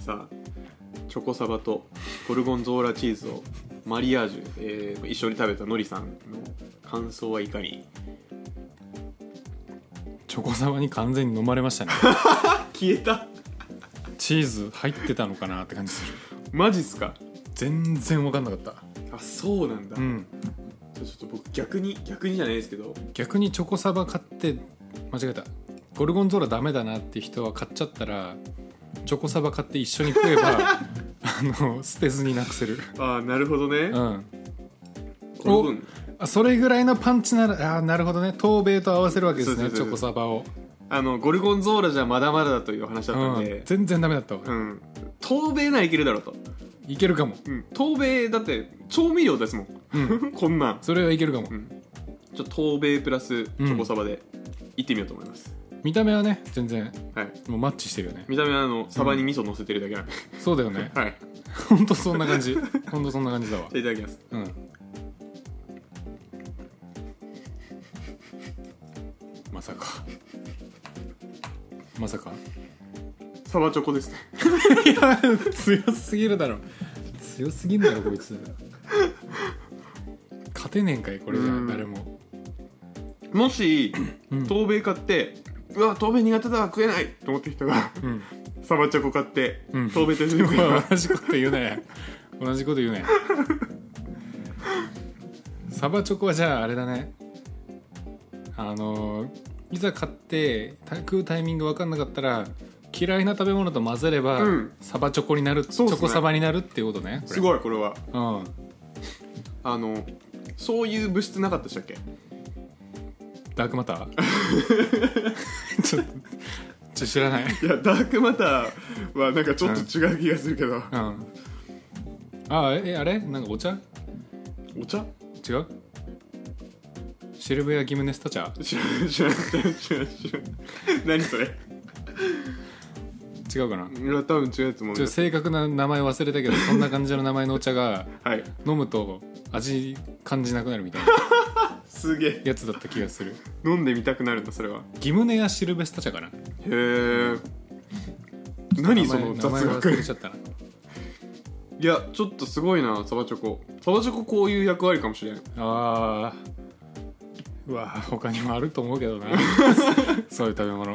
Speaker 1: さあチョコサバとゴルゴンゾーラチーズをマリアージュ、えー一緒に食べたのりさんの感想はいかに
Speaker 2: チョコサバに完全に飲まれま したね
Speaker 1: 消えた
Speaker 2: チーズ入ってたのかなって感じする
Speaker 1: マジっすか
Speaker 2: 全然分かんなかった
Speaker 1: あそうなんだ、
Speaker 2: うん
Speaker 1: ちょっと僕逆に逆にじゃないですけど
Speaker 2: 逆にチョコサバ買って間違えたゴルゴンゾーラダメだなって人は買っちゃったらチョコサバ買って一緒に 食えばあの捨てずになく せる
Speaker 1: ああなるほどね
Speaker 2: うん
Speaker 1: この分
Speaker 2: あそれぐらいのパンチならあーなるほどね東米と合わせるわけです
Speaker 1: そうそう
Speaker 2: ねチ
Speaker 1: そう
Speaker 2: ョコサバを、
Speaker 1: あのゴルゴンゾーラじゃまだまだだという話だった
Speaker 2: うんん
Speaker 1: で、
Speaker 2: 全然ダメだったわ、
Speaker 1: うん、東米ならいけるだろうと、
Speaker 2: いけるかも、
Speaker 1: うん、東米だって調味料ですもん
Speaker 2: うん、
Speaker 1: こんなんちょ
Speaker 2: それはいけるかも、
Speaker 1: んっと東米プラスチョコサバで行ってみようと思います、
Speaker 2: 見た目はね全然
Speaker 1: はい
Speaker 2: もうマッチしてるよね
Speaker 1: 見た目はあのサバに味噌乗せてるだけなんで、
Speaker 2: そうだよね
Speaker 1: はいじ
Speaker 2: ほんとそんな感じほんとそんな感じだわ
Speaker 1: ゃあいただきます
Speaker 2: うんまさかまさか
Speaker 1: サバチョコですね
Speaker 2: いや 強すぎるだろ強すぎんだろこいつ勝てねえんかいこれじゃ
Speaker 1: うん
Speaker 2: 誰も
Speaker 1: もし
Speaker 2: うん
Speaker 1: 東米買ってうわ東米苦手だ食えないと思ってる人が
Speaker 2: うん
Speaker 1: サバチョコ買って、
Speaker 2: うん
Speaker 1: 東米と一緒に食え ば
Speaker 2: 同じこと言うね同じこと言うねサバチョコはじゃああれだねあのいざ買ってた食うタイミング分かんなかったら嫌いな食べ物と混ぜれば、
Speaker 1: うん
Speaker 2: サバチョコになる、チ
Speaker 1: そうっすね
Speaker 2: ョコサバになるっていうことね
Speaker 1: す
Speaker 2: い、
Speaker 1: ごいこれは
Speaker 2: うん、
Speaker 1: あのそういう物質なかったでしたっけ
Speaker 2: ダークマター ちょっとちょ知らない、
Speaker 1: いやダークマターはなんかちょっと違う気がするけど、
Speaker 2: うん、ああえあれなんかお茶
Speaker 1: お茶
Speaker 2: 違うシルベア・ギムネスタ茶
Speaker 1: 知らん知らん知らん知らん知らん 何それ
Speaker 2: 違うかない
Speaker 1: や多分違うやつもん
Speaker 2: ちょっと正確な名前忘れたけどそんな感じの名前のお茶が
Speaker 1: はい
Speaker 2: 飲むと味感じなくなるみたいな
Speaker 1: すげえ
Speaker 2: やつだった気がする
Speaker 1: 飲んでみたくなるんだそれは
Speaker 2: ギムネアシルベスタ茶かな
Speaker 1: へえ何その
Speaker 2: 名
Speaker 1: 雑
Speaker 2: 前名前
Speaker 1: 学
Speaker 2: 忘れちゃったない
Speaker 1: やちょっとすごいなサバチョコサバチョコこういう役割かもしれん
Speaker 2: あーうわ他にもあると思うけどなそういう食べ物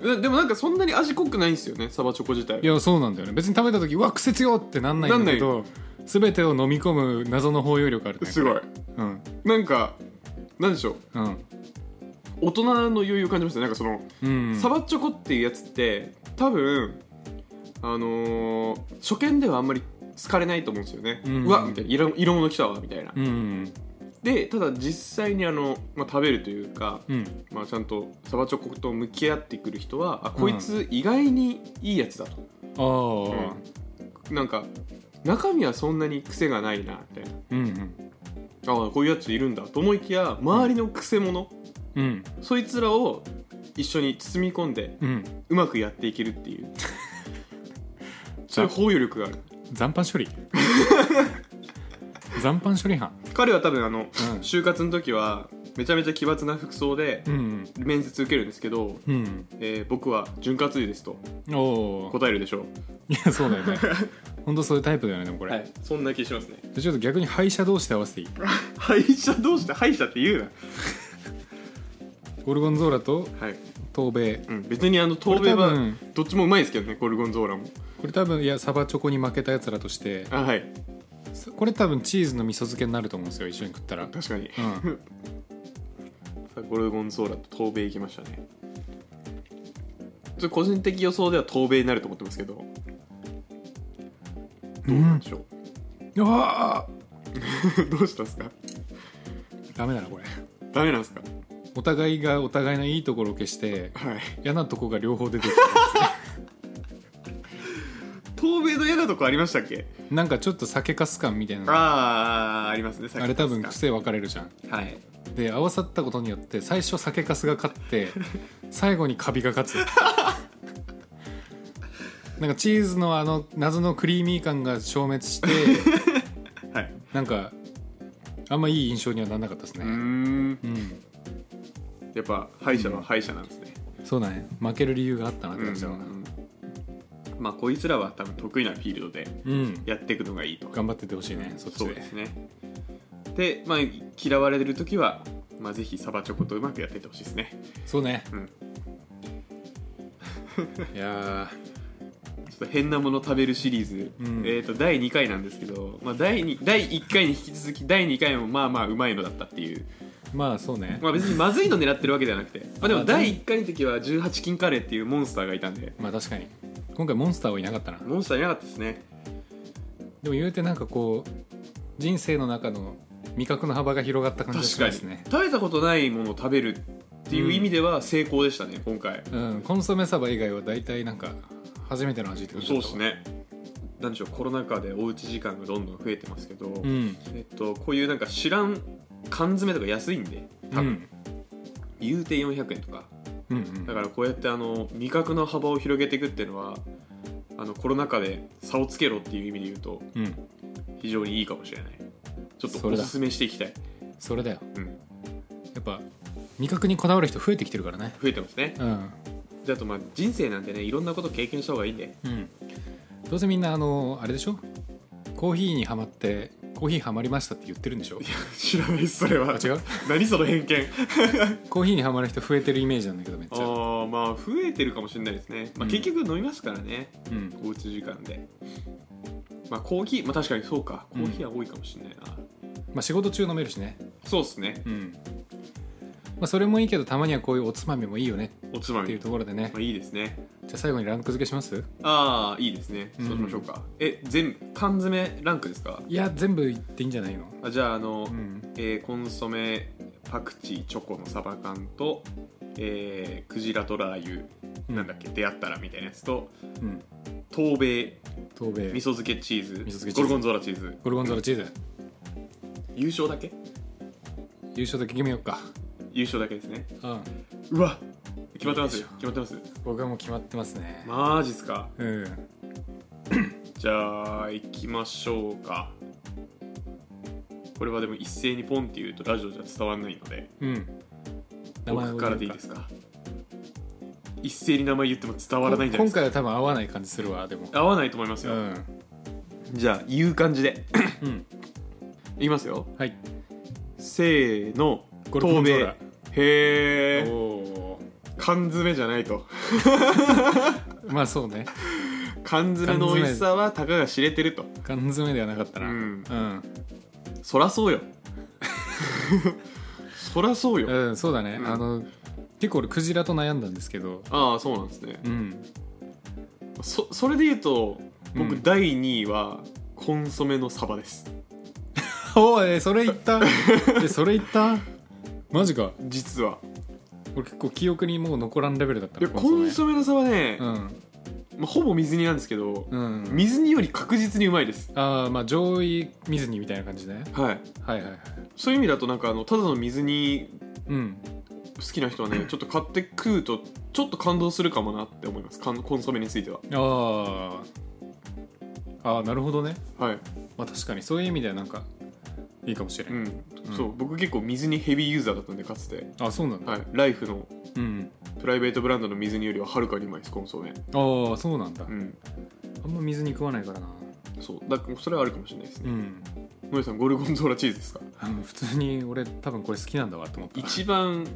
Speaker 1: えでもなんかそんなに味濃くないんですよねサバチョコ自体
Speaker 2: いやそうなんだよね別に食べた時うわ癖強ってなんないんだけど全てを飲み込む謎の包容力あるね
Speaker 1: すごい
Speaker 2: うん
Speaker 1: なんかなんでしょう
Speaker 2: うん
Speaker 1: 大人の余裕を感じましたなんかその
Speaker 2: うん
Speaker 1: サバチョコっていうやつって多分あのー初見ではあんまり好かれないと思うんですよね、
Speaker 2: う
Speaker 1: うんわみたいな色色物来たわみたいな、
Speaker 2: うん
Speaker 1: でただ実際にあの、まあ、食べるというか、
Speaker 2: うん
Speaker 1: まあ、ちゃんとサバチョコと向き合ってくる人はあこいつ意外にいいやつだと、
Speaker 2: ああ
Speaker 1: なんか中身はそんなに癖がないなみたいな
Speaker 2: うんうん
Speaker 1: ああこういうやついるんだと思いきや周りの癖者、
Speaker 2: うん
Speaker 1: そいつらを一緒に包み込んで
Speaker 2: うん
Speaker 1: うまくやっていけるっていうそういう包容力がある
Speaker 2: 残 飯処理残飯処理班
Speaker 1: 彼は多分あの、
Speaker 2: ん
Speaker 1: 就活の時はめちゃめちゃ奇抜な服装で
Speaker 2: うん
Speaker 1: 面接受けるんですけど、
Speaker 2: うん
Speaker 1: えー僕は潤滑油ですと
Speaker 2: おお
Speaker 1: 答えるでしょう
Speaker 2: いやそうだよねほんとそういうタイプだよねでもこれ、
Speaker 1: はいそんな気しますね
Speaker 2: じゃあちょっと逆に敗者同士で合わせていい
Speaker 1: 歯医者どうして歯医者って言う
Speaker 2: ゴルゴンゾーラと
Speaker 1: なはい、
Speaker 2: 東米
Speaker 1: うん、別にあの東米はどっちもうまいですけどねゴルゴンゾーラも
Speaker 2: これ多分いやサバチョコに負けたやつらとして
Speaker 1: あはい
Speaker 2: これ多分チーズの味噌漬けになると思うんですよ一緒に食ったら
Speaker 1: 確かに
Speaker 2: うん
Speaker 1: さあゴルゴンゾーラと東米行きましたねちょっと個人的予想では東米になると思ってますけどどうなんでしょ
Speaker 2: ああ
Speaker 1: う、どうしたんです か
Speaker 2: ダメだなこれ
Speaker 1: ダメなんですか
Speaker 2: お互いがお互いのいいところを消して
Speaker 1: はい
Speaker 2: 嫌なとこが両方出てき
Speaker 1: 東米の嫌なとこありましたっけ
Speaker 2: てなんかちょっと酒かす感みたいなの
Speaker 1: ああありますねさっき
Speaker 2: あれ多分
Speaker 1: です
Speaker 2: 癖分かれるじゃん
Speaker 1: かはい
Speaker 2: で合わさったことによって最初酒かすが勝って 最後にカビが勝つ なんかチーズのあの謎のクリーミー感が消滅して
Speaker 1: はい
Speaker 2: なんかあんまいい印象にはならなかったです
Speaker 1: う
Speaker 2: ね
Speaker 1: ーん
Speaker 2: うん
Speaker 1: やっぱ歯医者は歯医者なんですね、
Speaker 2: そうだね負ける理由があったなって感じだな
Speaker 1: うんまあこいつらは多分得意なフィールドで
Speaker 2: うん
Speaker 1: やっていくのがいいと
Speaker 2: 頑張ってってほしいねそっち
Speaker 1: そう
Speaker 2: で
Speaker 1: ですねで、まあ、嫌われてる時は、まあ、ぜひサバチョコとうまくやっていってほしいですね
Speaker 2: そうね
Speaker 1: うん
Speaker 2: いや
Speaker 1: ちょっと変なもの食べるシリーズ、
Speaker 2: うん
Speaker 1: えー、と第2回なんですけど、まあ、第二第1回に引き続き第2回もまあまあうまいのだったっていう、
Speaker 2: ーまあそうね
Speaker 1: まあ、別にまずいの狙ってるわけではなくて、まあ、でも
Speaker 2: まあ
Speaker 1: 第1回の時は18金カレーっていうモンスターがいたんで
Speaker 2: まあ確かに今回モンスターはいなかったな
Speaker 1: モンスターいなかったですね
Speaker 2: でも言うてなんかこう人生の中の味覚の幅が広がった感じが
Speaker 1: 確
Speaker 2: し
Speaker 1: か
Speaker 2: ま
Speaker 1: に
Speaker 2: すね
Speaker 1: 食べたことないものを食べるっていう意味では成功でしたね、今回
Speaker 2: うん、コンソメサバ以外は大体なんか初めての味ってこと
Speaker 1: そう
Speaker 2: だっ
Speaker 1: で
Speaker 2: た
Speaker 1: すねなんでしょうコロナ禍でおうち時間がどんどん増えてますけど、
Speaker 2: わうん
Speaker 1: えっと、こういうなんか知らん缶詰とか安いんで多
Speaker 2: う
Speaker 1: 分、
Speaker 2: ん
Speaker 1: 言うて400円とか
Speaker 2: うんうん
Speaker 1: だからこうやってあの味覚の幅を広げていくっていうのはあのコロナ禍で差をつけろっていう意味で言うと
Speaker 2: うん
Speaker 1: 非常にいいかもしれないちょっと
Speaker 2: それ
Speaker 1: お
Speaker 2: だ
Speaker 1: すすめしていきたい、
Speaker 2: それだよ
Speaker 1: うん、
Speaker 2: やっぱ味覚にこだわる人増えてきてるからね
Speaker 1: 増えてますね
Speaker 2: うん
Speaker 1: であとまあ人生なんでねいろんなこと経験した方がいいんで
Speaker 2: うんどうせみんなあのあれでしょコーヒーにはまってコーヒーはまりましたって言ってるんでしょ
Speaker 1: 知らないですそれは
Speaker 2: あ違う
Speaker 1: 何その偏 見
Speaker 2: コーヒーにはまる人増えてるイメージなんだけどめっちゃ
Speaker 1: ああまあ増えてるかもしれないですね、まあ、
Speaker 2: うん
Speaker 1: 結局飲みますからね、
Speaker 2: うん
Speaker 1: おうち時間でまあコーヒーまあ確かにそうかコ
Speaker 2: うん
Speaker 1: ーヒーは多いかもしれないな、
Speaker 2: まあ仕事中飲めるしね
Speaker 1: そうっすね
Speaker 2: うんまあそれもいいけどたまにはこういうおつまみもいいよね
Speaker 1: おつま
Speaker 2: ってい
Speaker 1: み
Speaker 2: うところでね
Speaker 1: まあ、いいですね
Speaker 2: じゃあ最後にランク付けします
Speaker 1: ああいいですねそうしましょうか、え全缶詰ランクですか
Speaker 2: いや全部言っていいんじゃないの
Speaker 1: あじゃああの、
Speaker 2: うん
Speaker 1: えーコンソメパクチーチョコのサバ缶と、えークジラとラー油、
Speaker 2: うん
Speaker 1: なんだっけ出会ったらみたいなやつと
Speaker 2: うん
Speaker 1: 東米
Speaker 2: 東米
Speaker 1: 味噌漬けチーズ
Speaker 2: 味噌漬けチーズ
Speaker 1: ゴルゴンゾーラチーズ
Speaker 2: ゴルゴンゾーラチーズ
Speaker 1: 優勝だけ
Speaker 2: 優勝だけ決めようか
Speaker 1: 優勝だけですね
Speaker 2: うん
Speaker 1: うわ決まってますよ決まってます
Speaker 2: 僕はもう決まってますね、
Speaker 1: マジっすか
Speaker 2: うん
Speaker 1: じゃあ行きましょうかこれはでも一斉にポンって言うとラジオじゃ伝わんないので
Speaker 2: うん
Speaker 1: 僕からでいいですすか一斉に名前言っても伝わらないんじゃない
Speaker 2: 今
Speaker 1: ですか
Speaker 2: 回は多分合わない感じするわでも
Speaker 1: 合わないと思います
Speaker 2: う
Speaker 1: よ、
Speaker 2: ん、
Speaker 1: じゃあ言う感じで
Speaker 2: うん、
Speaker 1: いきますよ
Speaker 2: はい
Speaker 1: せーの
Speaker 2: ゴルゴンゾーラ
Speaker 1: へえ
Speaker 2: お
Speaker 1: 缶詰じゃないと
Speaker 2: まあそうね
Speaker 1: 缶詰の美味しさはたかが知れてると
Speaker 2: 缶詰ではなかったな
Speaker 1: うん
Speaker 2: うん、
Speaker 1: そらそうよ そらそうよ、
Speaker 2: うんそうだね、
Speaker 1: うん
Speaker 2: あの結構俺クジラと悩んだんですけど
Speaker 1: ああそうなんですね
Speaker 2: うん
Speaker 1: そそれで言うと僕、
Speaker 2: うん
Speaker 1: 第2位はコンソメのサバです
Speaker 2: おいそれ言った えそれ言ったマジか
Speaker 1: 実は
Speaker 2: 俺結構記憶にもう残らんレベルだった
Speaker 1: いやコンソメのサバね、
Speaker 2: うん
Speaker 1: まあ、ほぼ水煮なんですけど、
Speaker 2: うん
Speaker 1: 水煮より確実にうまいです
Speaker 2: ああまあ上位水煮みたいな感じね
Speaker 1: はい
Speaker 2: はいはいはい
Speaker 1: そういう意味だとなんかあのただの水煮
Speaker 2: うん
Speaker 1: 好きな人はねちょっと買って食うとちょっと感動するかもなって思いますかんコンソメについては
Speaker 2: ああああなるほどね
Speaker 1: はい、
Speaker 2: まあ確かにそういう意味ではなんかいいかもしれ
Speaker 1: う
Speaker 2: ない、
Speaker 1: んそう僕結構水にヘビーユーザーだったんでかつて、
Speaker 2: あそうなんだ、
Speaker 1: はい、ライフの
Speaker 2: うん
Speaker 1: プライベートブランドの水煮よりははるかにうまいですコンソメ
Speaker 2: ああそうなんだ、
Speaker 1: うん
Speaker 2: あんま水に食わないからな
Speaker 1: そうだからそれはあるかもしれないです
Speaker 2: う
Speaker 1: ね
Speaker 2: ん
Speaker 1: ノエさんゴルゴンゾーラチーズですか
Speaker 2: あの普通に俺多分これ好きなんだわって思った
Speaker 1: 一番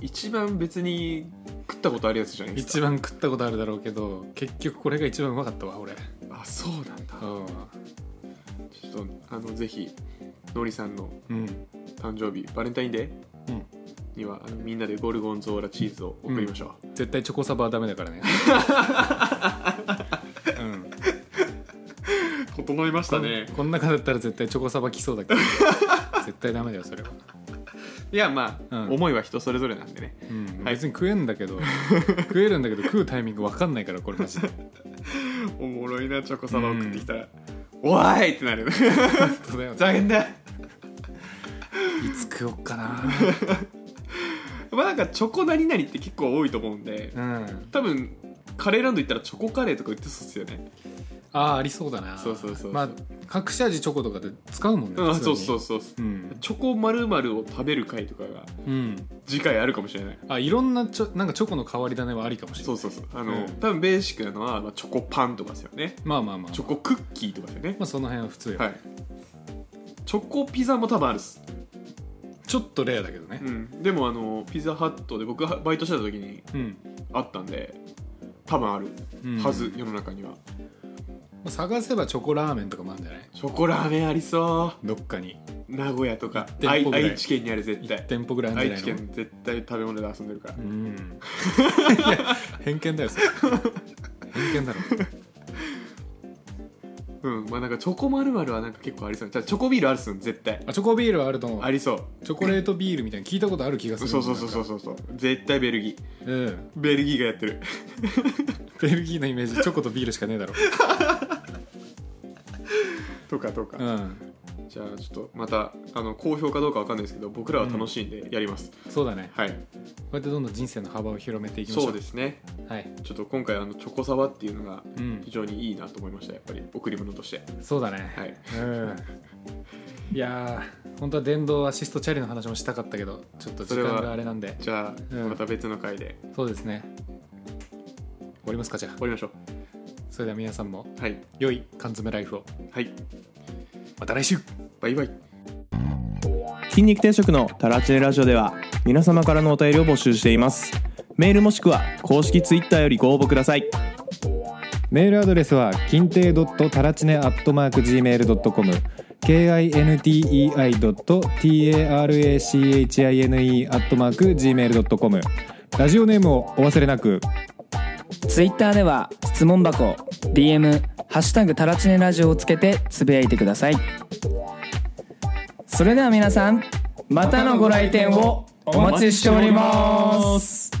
Speaker 1: 一番別に食ったことあるやつじゃないですか
Speaker 2: 一番食ったことあるだろうけど結局これが一番うまかったわ俺
Speaker 1: あそうなんだ
Speaker 2: う
Speaker 1: ちょっとあのぜひのりさんの
Speaker 2: んうん
Speaker 1: 誕生日バレンタインデー
Speaker 2: うん
Speaker 1: にはあのみんなでゴルゴンゾーラチーズを送りましょ
Speaker 2: 絶対チョコサバはダメだか らねうん
Speaker 1: う、整いまし
Speaker 2: こんこん中だったら絶対チョコサバ来そう だけど絶対ダメだよそれは、
Speaker 1: いやまあ、
Speaker 2: うん
Speaker 1: 思いは人それぞれなんでね
Speaker 2: うん
Speaker 1: はい
Speaker 2: 別に食えんだけど食えるんだけど食うタイミング分かんないからこれマジで
Speaker 1: おもろいなチョコサバ送ってきたら「おーい!」ってな るふ
Speaker 2: そうだよね
Speaker 1: ざけんない
Speaker 2: つ食おっ かな
Speaker 1: まあなんかチョコ何々って結構多いと思うんで
Speaker 2: うん
Speaker 1: 多分カレーランド行ったらチョコカレーとか売ってそうっすよね
Speaker 2: ああありそうだな
Speaker 1: そうそうそうそう
Speaker 2: まあ隠し味チョコとかで使うもんね
Speaker 1: うん
Speaker 2: 普通
Speaker 1: そ
Speaker 2: に
Speaker 1: うそうそうそう
Speaker 2: うん、
Speaker 1: チョコまるまるを食べる回とかが
Speaker 2: うん、
Speaker 1: 次回あるかもしれない
Speaker 2: あいろんなちょなんかチョコの代わり種はありかもしれ
Speaker 1: そ
Speaker 2: ないう
Speaker 1: そうそうあの、
Speaker 2: うん
Speaker 1: 多分ベーシックなのは、まあ、チョコパンとかですよね
Speaker 2: まあまあまあ
Speaker 1: チョコクッキーとかですよね
Speaker 2: まあその辺は普通よ、
Speaker 1: はいチョコピザも多分あるっす、
Speaker 2: ちょっとレアだけどね
Speaker 1: うん、でもあのピザハットで僕がバイトしてた時に
Speaker 2: うん、
Speaker 1: あったんで多分ある
Speaker 2: うん
Speaker 1: はず、世の中には
Speaker 2: まあ探せばチョコラーメンとかもあるんじゃない
Speaker 1: チョコラーメンありそ
Speaker 2: どっかに
Speaker 1: う名古屋とか
Speaker 2: 一店
Speaker 1: 愛
Speaker 2: 舗ぐらい
Speaker 1: 愛知県にある絶
Speaker 2: 1
Speaker 1: 対
Speaker 2: 店舗ぐらいあるん
Speaker 1: 愛知
Speaker 2: じゃないの
Speaker 1: 県絶対食べ物で遊んでるから、
Speaker 2: うん、いや偏見だよそれ偏見だろ
Speaker 1: うんまあなんかチョコまるまるはなんか結構ありそうじゃあチョコビールあるっすよ絶対
Speaker 2: あチョコビールはあると思う
Speaker 1: ありそう
Speaker 2: チョコレートビールみたいなの聞いたことある気がす
Speaker 1: そう
Speaker 2: る
Speaker 1: そうそうそうそうそう絶対ベルギー
Speaker 2: う、うん、
Speaker 1: ベルギーがや ってる
Speaker 2: ベルギーのイメージチョコとビールしかねえだろ、
Speaker 1: とかとか、
Speaker 2: うん、
Speaker 1: じゃあちょっとまたあの好評かどうかわかんないですけど僕らは楽しいんでやります、
Speaker 2: そうだね
Speaker 1: はい
Speaker 2: こうやってどんどん人生の幅を広めていきましょう
Speaker 1: そうですね
Speaker 2: はい、
Speaker 1: ちょっと今回あのチョコサバっていうのが
Speaker 2: うん
Speaker 1: 非、常にいいなと思いましたやっぱり贈り物として
Speaker 2: そうだね、
Speaker 1: はい
Speaker 2: うんいやー本当は電動アシストチャリの話もしたかったけどちょっと時
Speaker 1: それ
Speaker 2: 間
Speaker 1: は
Speaker 2: があれなんで
Speaker 1: じゃあ
Speaker 2: うん
Speaker 1: また別の回で
Speaker 2: そうですね終わりますかじゃあ
Speaker 1: 終わりましょ
Speaker 2: それでは皆さんも
Speaker 1: うはい
Speaker 2: 良い缶詰ライフを
Speaker 1: はい
Speaker 2: また来週
Speaker 1: バイバイ
Speaker 3: 筋肉定食のタラチネラジオでは皆様からのお便りを募集していますメールもしくは公式ツイッターよりご応募ください
Speaker 4: メールアドレスは金亭ドットタラチネアットマーク gmail ドットコム k i n t e i ドット t a r a c h i n e アットマーク gmail ドットコムラジオネームをお忘れなく。
Speaker 5: ツイッターでは質問箱 DM「ハッシュタグタラチネラジオ」をつけてつぶやいてくださいそれでは皆さんまたのご来店をお待ちしております